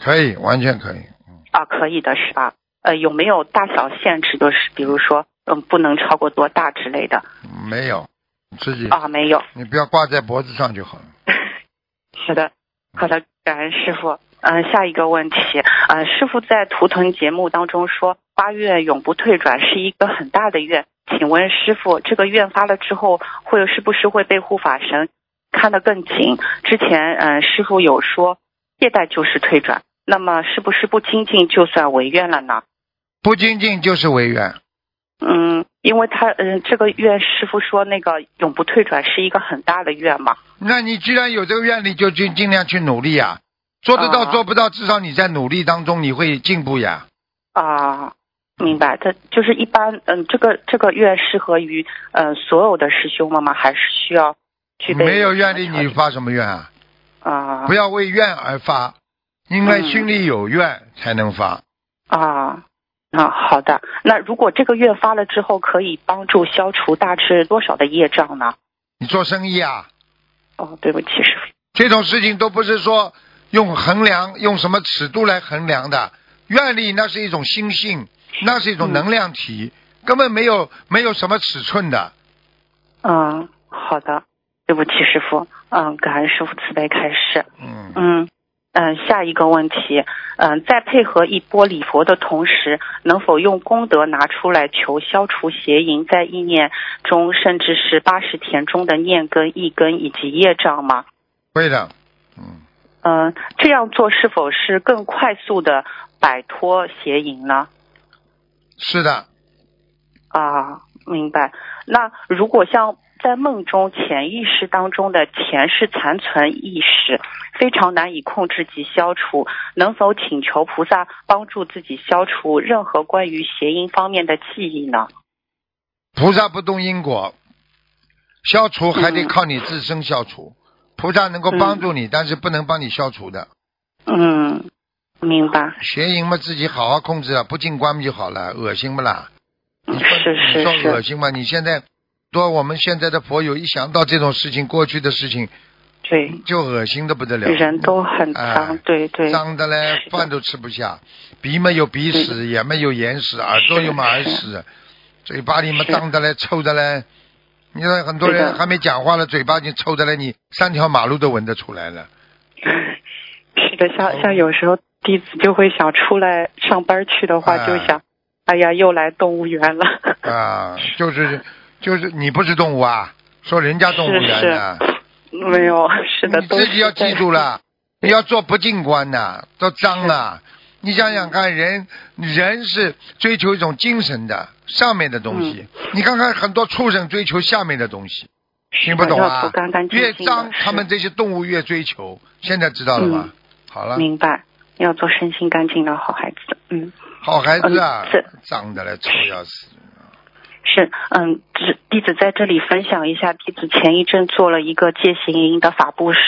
可以，完全可以。嗯，
啊，可以的是吧？呃，有没有大小限制？就是比如说，嗯，不能超过多大之类的
没有，你自己
啊？没有。
你不要挂在脖子上就好了。
好的，好的，感恩师傅。嗯、下一个问题，嗯、师傅在图腾节目当中说，八月永不退转是一个很大的愿，请问师傅，这个愿发了之后，会是不是会被护法神看得更紧？之前，嗯、师傅有说懈怠就是退转，那么是不是不精进就算违愿了呢？
不精进就是违愿，
嗯，因为他，嗯，这个愿师傅说那个永不退转是一个很大的愿嘛，
那你既然有这个愿力，就尽尽量去努力呀、做得到
啊
做不到，至少你在努力当中你会进步呀。
啊，明白，这就是一般，嗯，这个这个愿适合于呃所有的师兄们吗？还是需要具备
没有愿力，你发什么愿啊？
啊？
不要为愿而发，应该心里有愿才能发。
啊啊，好的。那如果这个愿发了之后，可以帮助消除大致多少的业障呢？
你做生意啊，
哦，对不起，师傅。
这种事情都不是说用衡量用什么尺度来衡量的。愿力那是一种心性，那是一种能量体，根本没有没有什么尺寸的。
嗯，好的，对不起，师傅。嗯，感恩师傅慈悲开示。
嗯
嗯嗯，下一个问题，嗯，在配合一波礼佛的同时，能否用功德拿出来求消除邪淫在意念中，甚至是八十田中的念根、意根以及业障吗？
会的，
嗯，这样做是否是更快速的摆脱邪淫呢？
是的，
啊，明白。那如果像在梦中潜意识当中的前世残存意识非常难以控制及消除，能否请求菩萨帮助自己消除任何关于邪淫方面的记忆呢？
菩萨不动因果，消除还
嗯
得靠你自身消除。菩萨能够帮助你，但是不能帮你消除的。
嗯，明白。
邪淫嘛，自己好好控制啊，不进关就好了，恶心不啦？你说
是
你
是
说恶心吗？你现在说我们现在的佛友一想到这种事情，过去的事情，
对，
就恶心的不得了。
人都很脏，
哎
对对，
脏的嘞，饭都吃不下，鼻嘛有鼻屎，眼嘛有眼屎，耳朵有嘛耳屎，嘴巴里嘛
是
脏的嘞，臭的嘞。你说很多
对
人
的
还没讲话呢，嘴巴已经臭的嘞，你三条马路都闻得出来了。
是的，像像有时候弟子就会想出来上班去的话，
哎
就想，哎呀，又来动物园了。
啊，就是就是你不是动物啊，说人家动物园呢、
没有，是的，
你自己要记住了，你要做不进观呐、都脏了。你想想看，人人是追求一种精神的上面的东西，
嗯
你看看很多畜生追求下面的东西，听不懂
要
啊
图？干干净
越
净的
脏，
是嗯
他们这些动物越追求，现在知道了吗？好了，
明白，要做身心干净的好孩子。嗯，
好孩子啊
嗯是，
脏的嘞，臭要死。
是，嗯，只弟子在这里分享一下，弟子前一阵做了一个戒行营的法布施，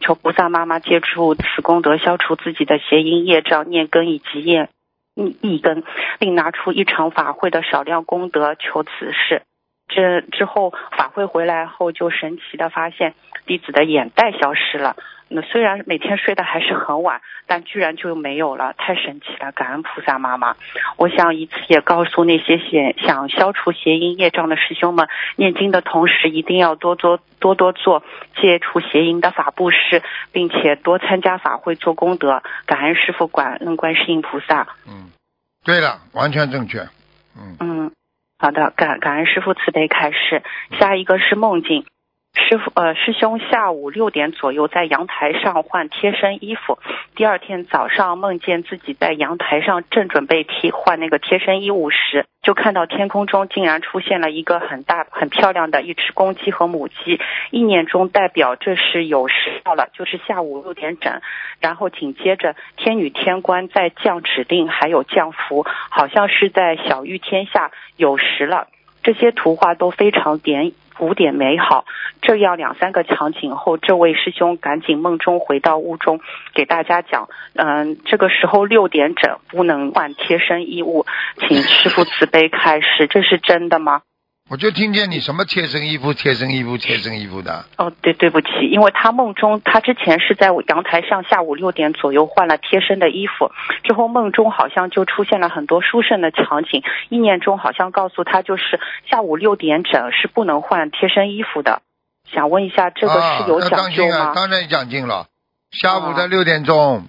求菩萨妈妈借助此功德消除自己的邪淫业障、念根以及业意意根，并拿出一场法会的少量功德求此事。这之后法会回来后，就神奇的发现弟子的眼袋消失了。那虽然每天睡得还是很晚，但居然就没有了，太神奇了！感恩菩萨妈妈。我想以此也告诉那些想想消除邪淫业障的师兄们，念经的同时一定要多多多多做戒除邪淫的法布施，并且多参加法会做功德，感恩师傅，感恩观世音菩萨。
对了，完全正确。
嗯，好的，感感恩师傅慈悲开示。下一个是梦境，师傅呃师兄下午六点左右在阳台上换贴身衣服，第二天早上梦见自己在阳台上正准备替换那个贴身衣物时，就看到天空中竟然出现了一个很大很漂亮的一只公鸡和母鸡，意念中代表这是有时到了，就是下午六点整。然后紧接着天女天官在降指令，还有降福，好像是在小御天下有时了。这些图画都非常典古典美好。这样两三个场景后，这位师兄赶紧梦中回到屋中，给大家讲，嗯，这个时候六点整不能换贴身衣物，请师傅慈悲开示，这是真的吗？
我就听见你什么贴身衣服、贴身衣服、贴身衣服的，
哦，对，对不起，因为他梦中，他之前是在我阳台上下午六点左右换了贴身的衣服，之后梦中好像就出现了很多殊胜的场景，意念中好像告诉他就是下午六点整是不能换贴身衣服的。想问一下，这个
啊
是有
那
讲
当
究
心啊，
吗？
当然讲究了。下午的六点钟，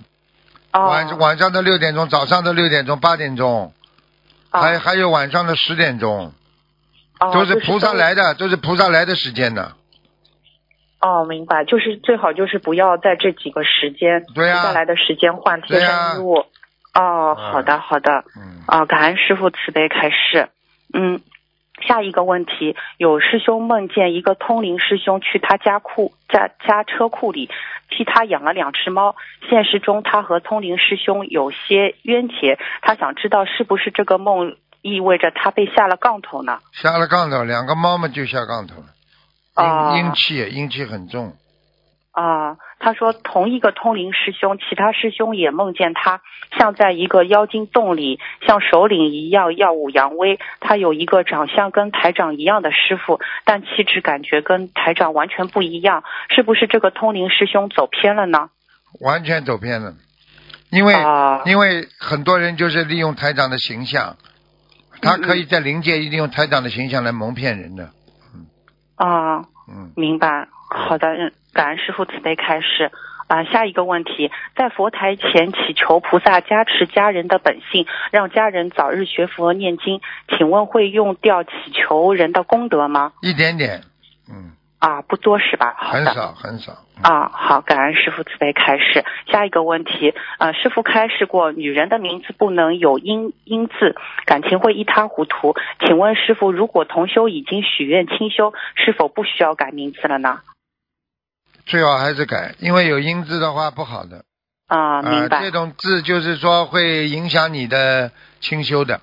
哦
晚晚上的六点钟，早上的六点钟、八点钟，还还有晚上的十点钟，
哦，
都
就是
菩萨
都
来的，都是菩萨来的时间呢。
哦，明白，就是最好就是不要在这几个时间，
对呀
接下来的时间换贴
对
身
呀
衣物。哦，好的，好的，
嗯，
啊，感恩师傅慈悲开示，嗯。下一个问题，有师兄梦见一个通灵师兄去他家库家家车库里替他养了两只猫。现实中他和通灵师兄有些冤结，他想知道是不是这个梦意味着他被下了杠头呢？
下了杠头，两个猫嘛就下杠头了，
啊
阴阴气阴气很重，
啊，他说同一个通灵师兄，其他师兄也梦见他，像在一个妖精洞里，像首领一样耀武扬威。他有一个长相跟台长一样的师傅，但气质感觉跟台长完全不一样，是不是这个通灵师兄走偏了呢？
完全走偏了。因为、
啊
因为很多人就是利用台长的形象，他可以在灵界利用台长的形象来蒙骗人的。
啊，
嗯，
明白。好的，嗯感恩师傅慈悲开示。啊，下一个问题，在佛台前祈求菩萨加持家人的本性，让家人早日学佛念经。请问会用掉祈求人的功德吗？
一点点，
啊，不多是吧？好
很
的。
少很少。嗯
啊，好，感恩师傅慈悲开示。下一个问题，呃，师傅开示过，女人的名字不能有阴阴字，感情会一塌糊涂。请问师傅，如果同修已经许愿清修，是否不需要改名字了呢？
最好还是改，因为有阴字的话不好的。
啊，
啊、
明白。
这种字就是说会影响你的清修的，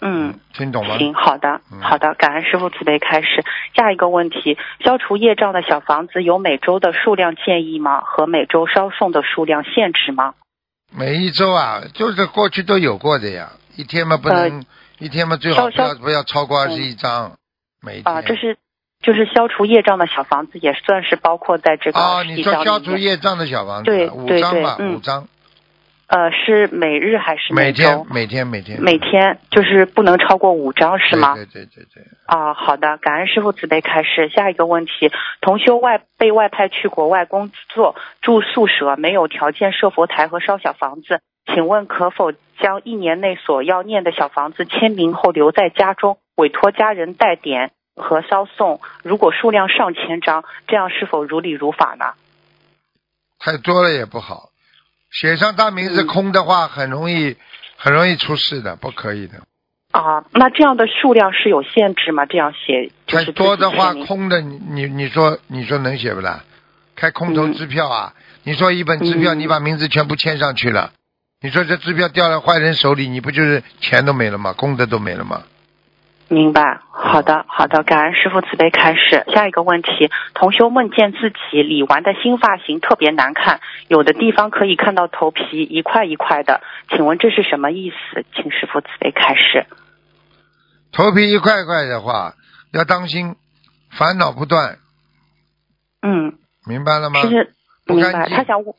嗯，
听懂吗？
行，好的，
嗯
好的，感恩师傅慈悲开示。下一个问题，消除业障的小房子有每周的数量建议吗？和每周烧送的数量限制吗？
每一周啊，就是过去都有过的呀，一天嘛不能，一天嘛最好不要不要超过二十一张，每一天。
啊、这是就是消除业障的小房子，也算是包括在这个
哦，
十
你
一
说
章
消
里
除
面
业障的小房子啊，
对
五
对
张
对
吧，
嗯
五张，
呃，是每日还是
每天
周？
每天每天
每天就是不能超过五张是吗？
对对对对对，
啊，好的，感恩师傅慈悲开示。下一个问题，同修外被外派去国外工作，住宿舍，没有条件设佛台和烧小房子，请问可否将一年内所要念的小房子签名后留在家中，委托家人代点和烧送？如果数量上千张，这样是否如理如法呢？
太多了也不好，写上大名
嗯
字空的话，很容易很容易出事的，不可以的。
啊，那这样的数量是有限制吗？这样写就
太
是自己
多的话，
签名
空的你你你说你说能写不啦？开空
嗯
头支票啊！你说一本支票，你把名字全部签上去了，你说这支票掉到坏人手里，你不就是钱都没了吗？功德都没了吗？
明白，好的，好的，感恩师傅慈悲开示。下一个问题，同修梦见自己理完的新发型特别难看，有的地方可以看到头皮一块一块的，请问这是什么意思？请师傅慈悲开示。
头皮一块块的话，要当心，烦恼不断，
嗯，
明白了吗？
是
不
明
干
白。
净
他想问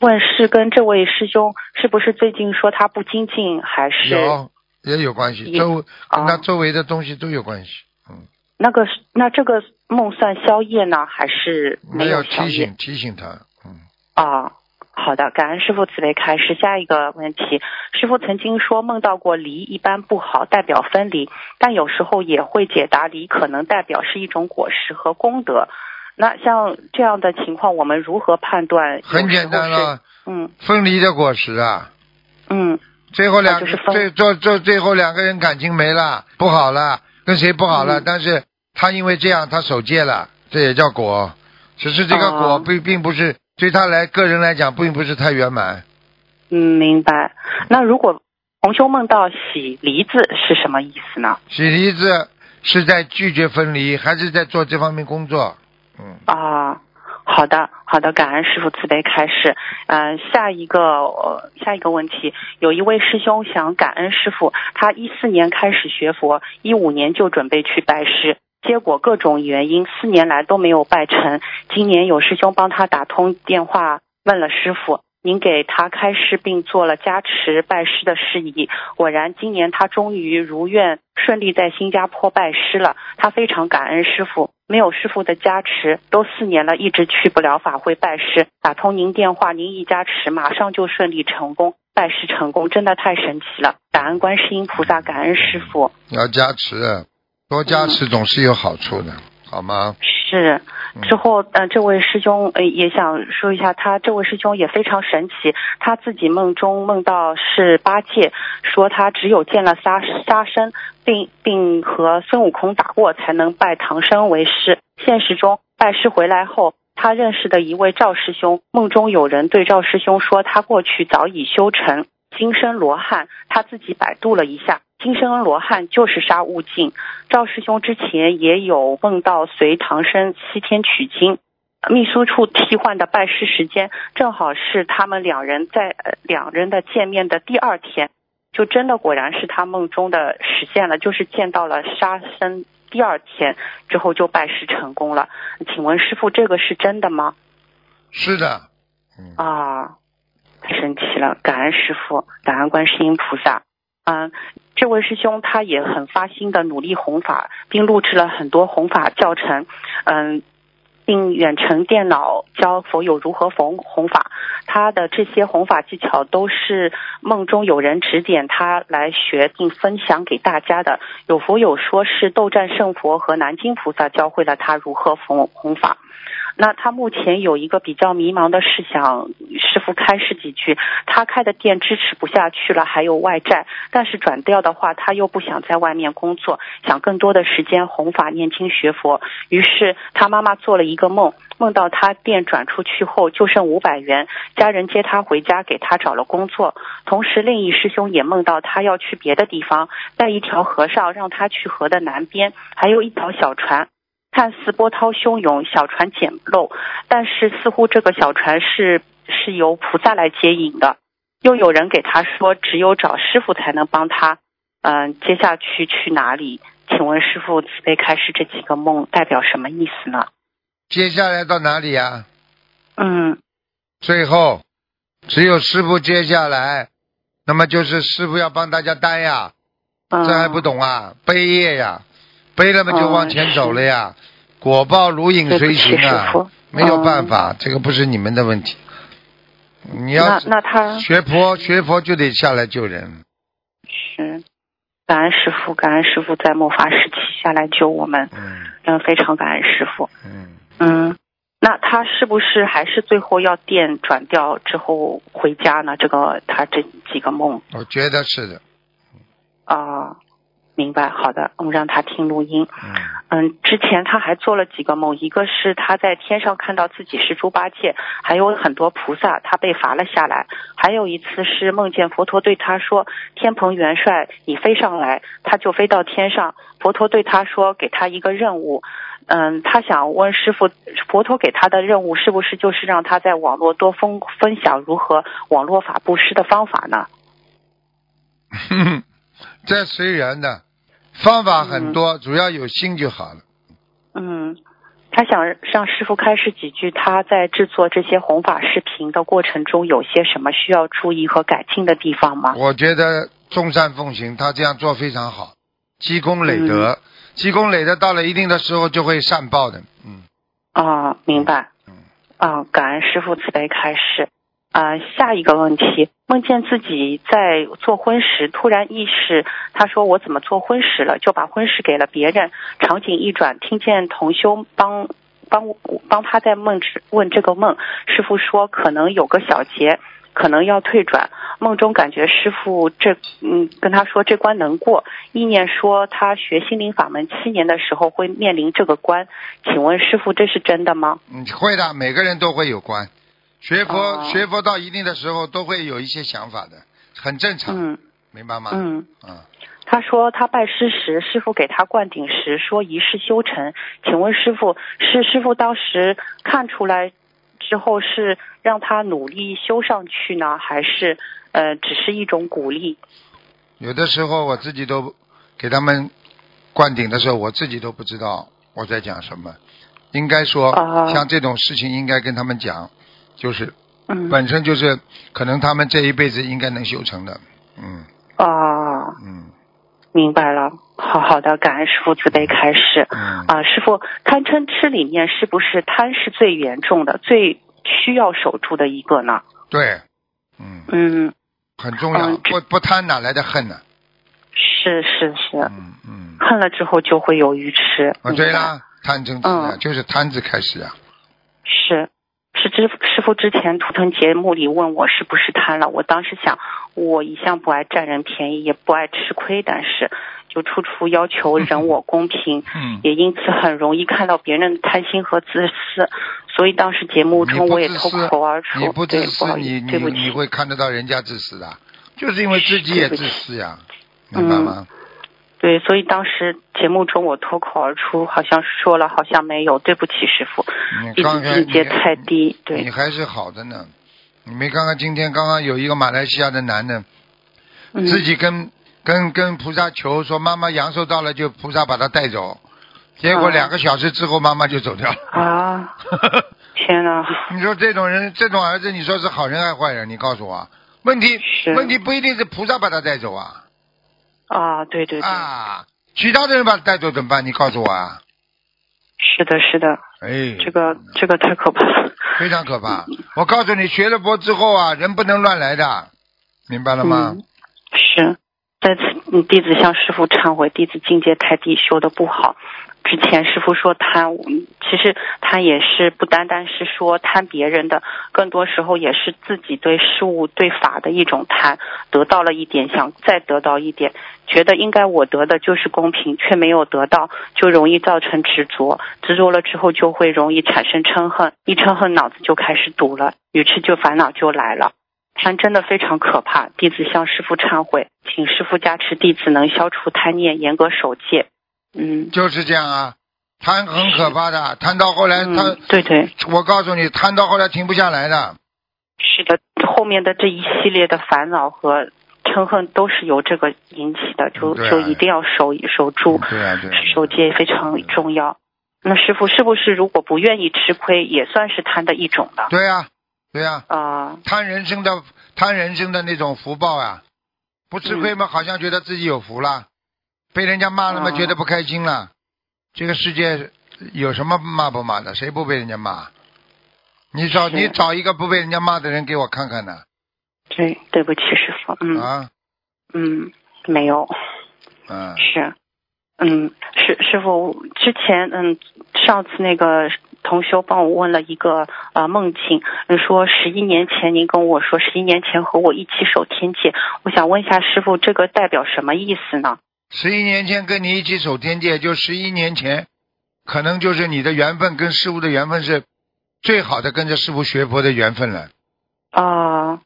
问是跟这位师兄是不是最近说他不精进，还是哦
有也有关系，周跟他周围的东西都有关系，
那个那这个梦算宵夜呢，还是没
你
有
要
宵
提
夜？
醒提醒他。
啊，好的，感恩师傅慈悲开示。下一个问题，师傅曾经说梦到过离一般不好，代表分离，但有时候也会解答离可能代表是一种果实和功德。那像这样的情况，我们如何判断？
很简单了，
嗯
分离的果实啊。
嗯。
最后两个、
就是分
最最最最后两个人感情没了，不好了，跟谁不好了？
嗯
但是他因为这样，他守戒了，这也叫果。只是这个
哦
果并、并不是对他来个人来讲，并不是太圆满。
嗯，明白。那如果同修梦到洗梨子是什么意思呢？
洗梨子是在拒绝分离，还是在做这方面工作？
啊，好的，好的，感恩师傅慈悲开示。嗯、下一个、呃下一个问题，有一位师兄想感恩师傅，他一四年开始学佛，一五年就准备去拜师，结果各种原因，四年来都没有拜成。今年有师兄帮他打通电话，问了师傅。您给他开示并做了加持拜师的事宜，果然今年他终于如愿顺利在新加坡拜师了。他非常感恩师傅，没有师傅的加持，都四年了一直去不了法会拜师。打通您电话，您一加持，马上就顺利成功拜师成功，真的太神奇了！感恩观世音菩萨，感恩师傅。
要加持，多加
嗯
持总是有好处的，好吗？嗯
是，之后呃，这位师兄呃也想说一下，他这位师兄也非常神奇，他自己梦中梦到是八戒，说他只有见了沙沙僧，并并和孙悟空打过，才能拜唐僧为师。现实中拜师回来后。他认识的一位赵师兄，梦中有人对赵师兄说，他过去早已修成，今生罗汉。他自己百度了一下，今生罗汉就是杀悟净，赵师兄之前也有梦到随唐僧西天取经，秘书处替换的拜师时间正好是他们两人在、呃、两人的见面的第二天，就真的果然是他梦中的实现了，就是见到了沙僧。第二天之后就拜师成功了，请问师傅，这个是真的吗？
是的，
啊，太神奇了！感恩师傅，感恩观世音菩萨。嗯，这位师兄他也很发心的努力弘法，并录制了很多弘法教程，嗯，并远程电脑教佛友如何弘弘法。他的这些弘法技巧都是梦中有人指点他来学并分享给大家的。有佛友说是斗战胜佛和南京菩萨教会了他如何弘弘法。那他目前有一个比较迷茫的事想，师傅开示几句。他开的店支持不下去了，还有外债，但是转掉的话，他又不想在外面工作，想更多的时间弘法、念经、学佛。于是他妈妈做了一个梦，梦到他店转出去后就剩五百元，家人接他回家，给他找了工作。同时，另一师兄也梦到他要去别的地方，带一条和尚让他去河的南边，还有一条小船。看似波涛汹涌，小船简陋，但是似乎这个小船是是由菩萨来接引的。又有人给他说，只有找师傅才能帮他。嗯、接下去去哪里？请问师傅慈悲开示这几个梦代表什么意思呢？
接下来到哪里呀、
嗯，
最后，只有师傅接下来，那么就是师傅要帮大家担呀，
嗯
这还不懂啊？背业呀，背了嘛就往前走了呀，果报如影随形
对不起
啊
师傅，
没有办法，这个不是你们的问题。你要
那那他
学佛，学佛就得下来救人。
是感恩师傅，感恩师傅在末法时期下来救我们。
嗯，
嗯，非常感恩师傅。
嗯
嗯，那他是不是还是最后要店转掉之后回家呢？这个他这几个梦
我觉得是的。
啊、明白。好的，我们让他听录音。
嗯
嗯，之前他还做了几个梦，一个是他在天上看到自己是猪八戒，还有很多菩萨，他被罚了下来。还有一次是梦见佛陀对他说：“天蓬元帅，你飞上来。”他就飞到天上，佛陀对他说：“给他一个任务。”嗯，他想问师傅，佛陀给他的任务是不是就是让他在网络多分分享如何网络法布施的方法呢？
哼哼，这随缘的，方法很多，主要有心就好了。
嗯，他想让师傅开示几句，他在制作这些弘法视频的过程中，有些什么需要注意和改进的地方吗？
我觉得众善奉行，他这样做非常好，积功累德，
嗯
积功累德到了一定的时候就会善报的。嗯，
啊，明白。啊，感恩师傅慈悲开示。啊，下一个问题，梦见自己在做婚时，突然意识，他说我怎么做婚时了，就把婚事给了别人。场景一转，听见同修帮帮我帮他在梦之问这个梦，师傅说可能有个小劫，可能要退转。梦中感觉师傅这嗯跟他说这关能过，意念说他学心灵法门七年的时候会面临这个关，请问师傅这是真的吗？
你会的，每个人都会有关。学佛、
哦
学佛到一定的时候，都会有一些想法的，很正常，
嗯
明白吗？
嗯，
啊，
他说他拜师时，师傅给他灌顶时说一世修成。请问师傅，是师傅当时看出来之后是让他努力修上去呢，还是呃只是一种鼓励？
有的时候我自己都给他们灌顶的时候，我自己都不知道我在讲什么。应该说，
啊
像这种事情应该跟他们讲，就是
嗯
本身就是可能他们这一辈子应该能修成的，嗯。
啊，
嗯，
明白了。好好的，感恩师傅慈悲开示。
嗯
啊，师傅，贪嗔痴里面是不是贪是最严重的、最需要守住的一个呢？
对，
嗯，
很重要。不不贪哪来的恨呢、
是是是。
嗯嗯。
恨了之后嗯就会有愚痴。
啊？对啦，贪嗔痴啊，就是贪字开始啊。
是，是之师傅之前图腾节目里问我是不是贪了，我当时想，我一向不爱占人便宜，也不爱吃亏，但是就处处 要求人我公平，
嗯
也因此很容易看到别人的贪心和自私，所以当时节目
你
中
不
我也
自
脱
私
口而，出，
你不自
对，不
私
好，意
你
思，对
你
不
你
起，
会看得到人家自私的，啊就是因为自己也自私呀，明白吗？
嗯对，所以当时节目中我脱口而出，好像说了，好像没有，对不起，师傅，
你
嗯一
刚才
直境界
你
太低，对
你，还是好的呢。你没看看今天刚刚有一个马来西亚的男的，
嗯
自己跟跟跟菩萨求说妈妈阳寿到了就菩萨把他带走，结果
啊
两个小时之后妈妈就走掉了。
啊，天哪！
你说这种人，这种儿子，你说是好人还是坏人？你告诉我，啊问题问题不一定是菩萨把他带走啊，
啊，对对对，
啊，其他的人把他带走怎么办？你告诉我啊，
是的，是的，
哎，
这个这个太可怕嗯了。
非常可怕。我告诉你，学了佛之后啊，人不能乱来的，明白了吗？
嗯是，在此，嗯弟子向师傅忏悔，弟子境界太低，修的不好。之前师傅说贪，嗯其实贪也是不单单是说贪别人的，更多时候也是自己对事物、对法的一种贪，得到了一点，想再得到一点，觉得应该我得的就是公平，却没有得到，就容易造成执着，执着了之后就会容易产生嗔恨，一嗔恨脑子就开始堵了，于是就烦恼就来了。贪真的非常可怕，弟子向师傅忏悔，请师傅加持弟子能消除贪念，严格守戒。嗯，
就是这样啊，贪很可怕的，贪到后来他、
嗯对对，
我告诉你，贪到后来停不下来的。
是的，后面的这一系列的烦恼和嗔恨都是由这个引起的，就、
对啊
就一定要守守住，
对啊，对啊，
守戒非常重要。那师傅是不是如果不愿意吃亏，也算是贪的一种呢？
对啊，对啊，
啊、
贪人生的贪人生的那种福报啊，不吃亏嘛，好像觉得自己有福了，被人家骂了嘛，
嗯啊
觉得不开心了。这个世界有什么骂不骂的？谁不被人家骂？你找
是
你找一个不被人家骂的人给我看看呢？
对，对不起师傅，嗯、
啊，
嗯，没有。
嗯，
是，嗯，师师傅之前嗯，上次那个同修帮我问了一个呃梦境，嗯说十一年前您跟我说十一年前和我一起守天界，我想问一下师傅这个代表什么意思呢？
十一年前跟你一起守天界，就十一年前，可能就是你的缘分跟师傅的缘分是最好的，跟着师傅学佛的缘分了。
啊、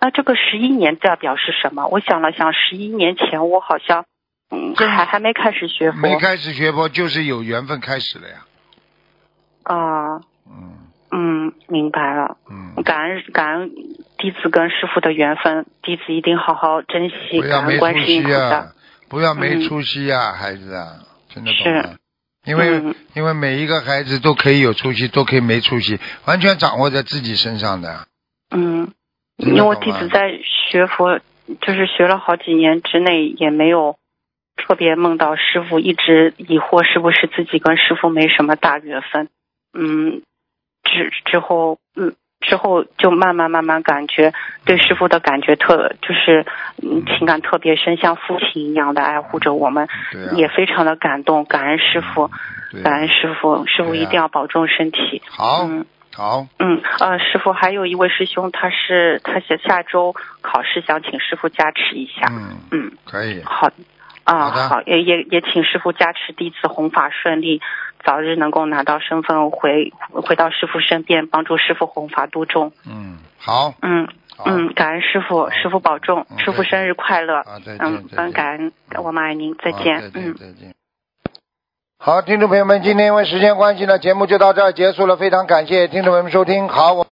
那这个十一年代表是什么？我想了想，十一年前我好像嗯还还没开始学佛，
没开始学佛就是有缘分开始了呀。
啊、嗯，明白了。
嗯，
感恩感恩弟子跟师傅的缘分，弟子一定好好珍惜，
不要
感
没
恩
出
观世音菩
息
萨
啊。！不要没
嗯
出息啊，孩子啊，听得懂吗
是？，
因为、
嗯
因为每一个孩子都可以有出息，都可以没出息，完全掌握在自己身上的。啊
嗯，
听得懂
因为
吗
弟子在学佛，就是学了好几年之内也没有特别梦到师傅，一直疑惑是不是自己跟师傅没什么大缘分。嗯，之之后，嗯，之后就慢慢慢慢感觉对师傅的感觉特就是嗯情感特别深，像父亲一样的爱护着我们，
对啊，
也非常的感动，感恩师傅，
对
感恩师傅，师傅
对啊
一定要保重身体。
好，
嗯
好，
嗯，呃，师傅还有一位师兄，他是他写下周考试，想请师傅加持一下。
嗯，
嗯，
可以，
好，啊、
好的
好，也也也请师傅加持弟子弘法顺利，早日能够拿到身份回回到师傅身边，帮助师傅弘法度众。
嗯，好，嗯
嗯嗯，感恩师傅，师傅保重，师傅生日快乐。
啊再见
嗯
再
嗯，
见
感恩我们爱您，再
好
见
再。见，。
嗯
再见。好，听众朋友们，今天因为时间关系呢，节目就到这儿结束了。非常感谢听众朋友们收听。好，我。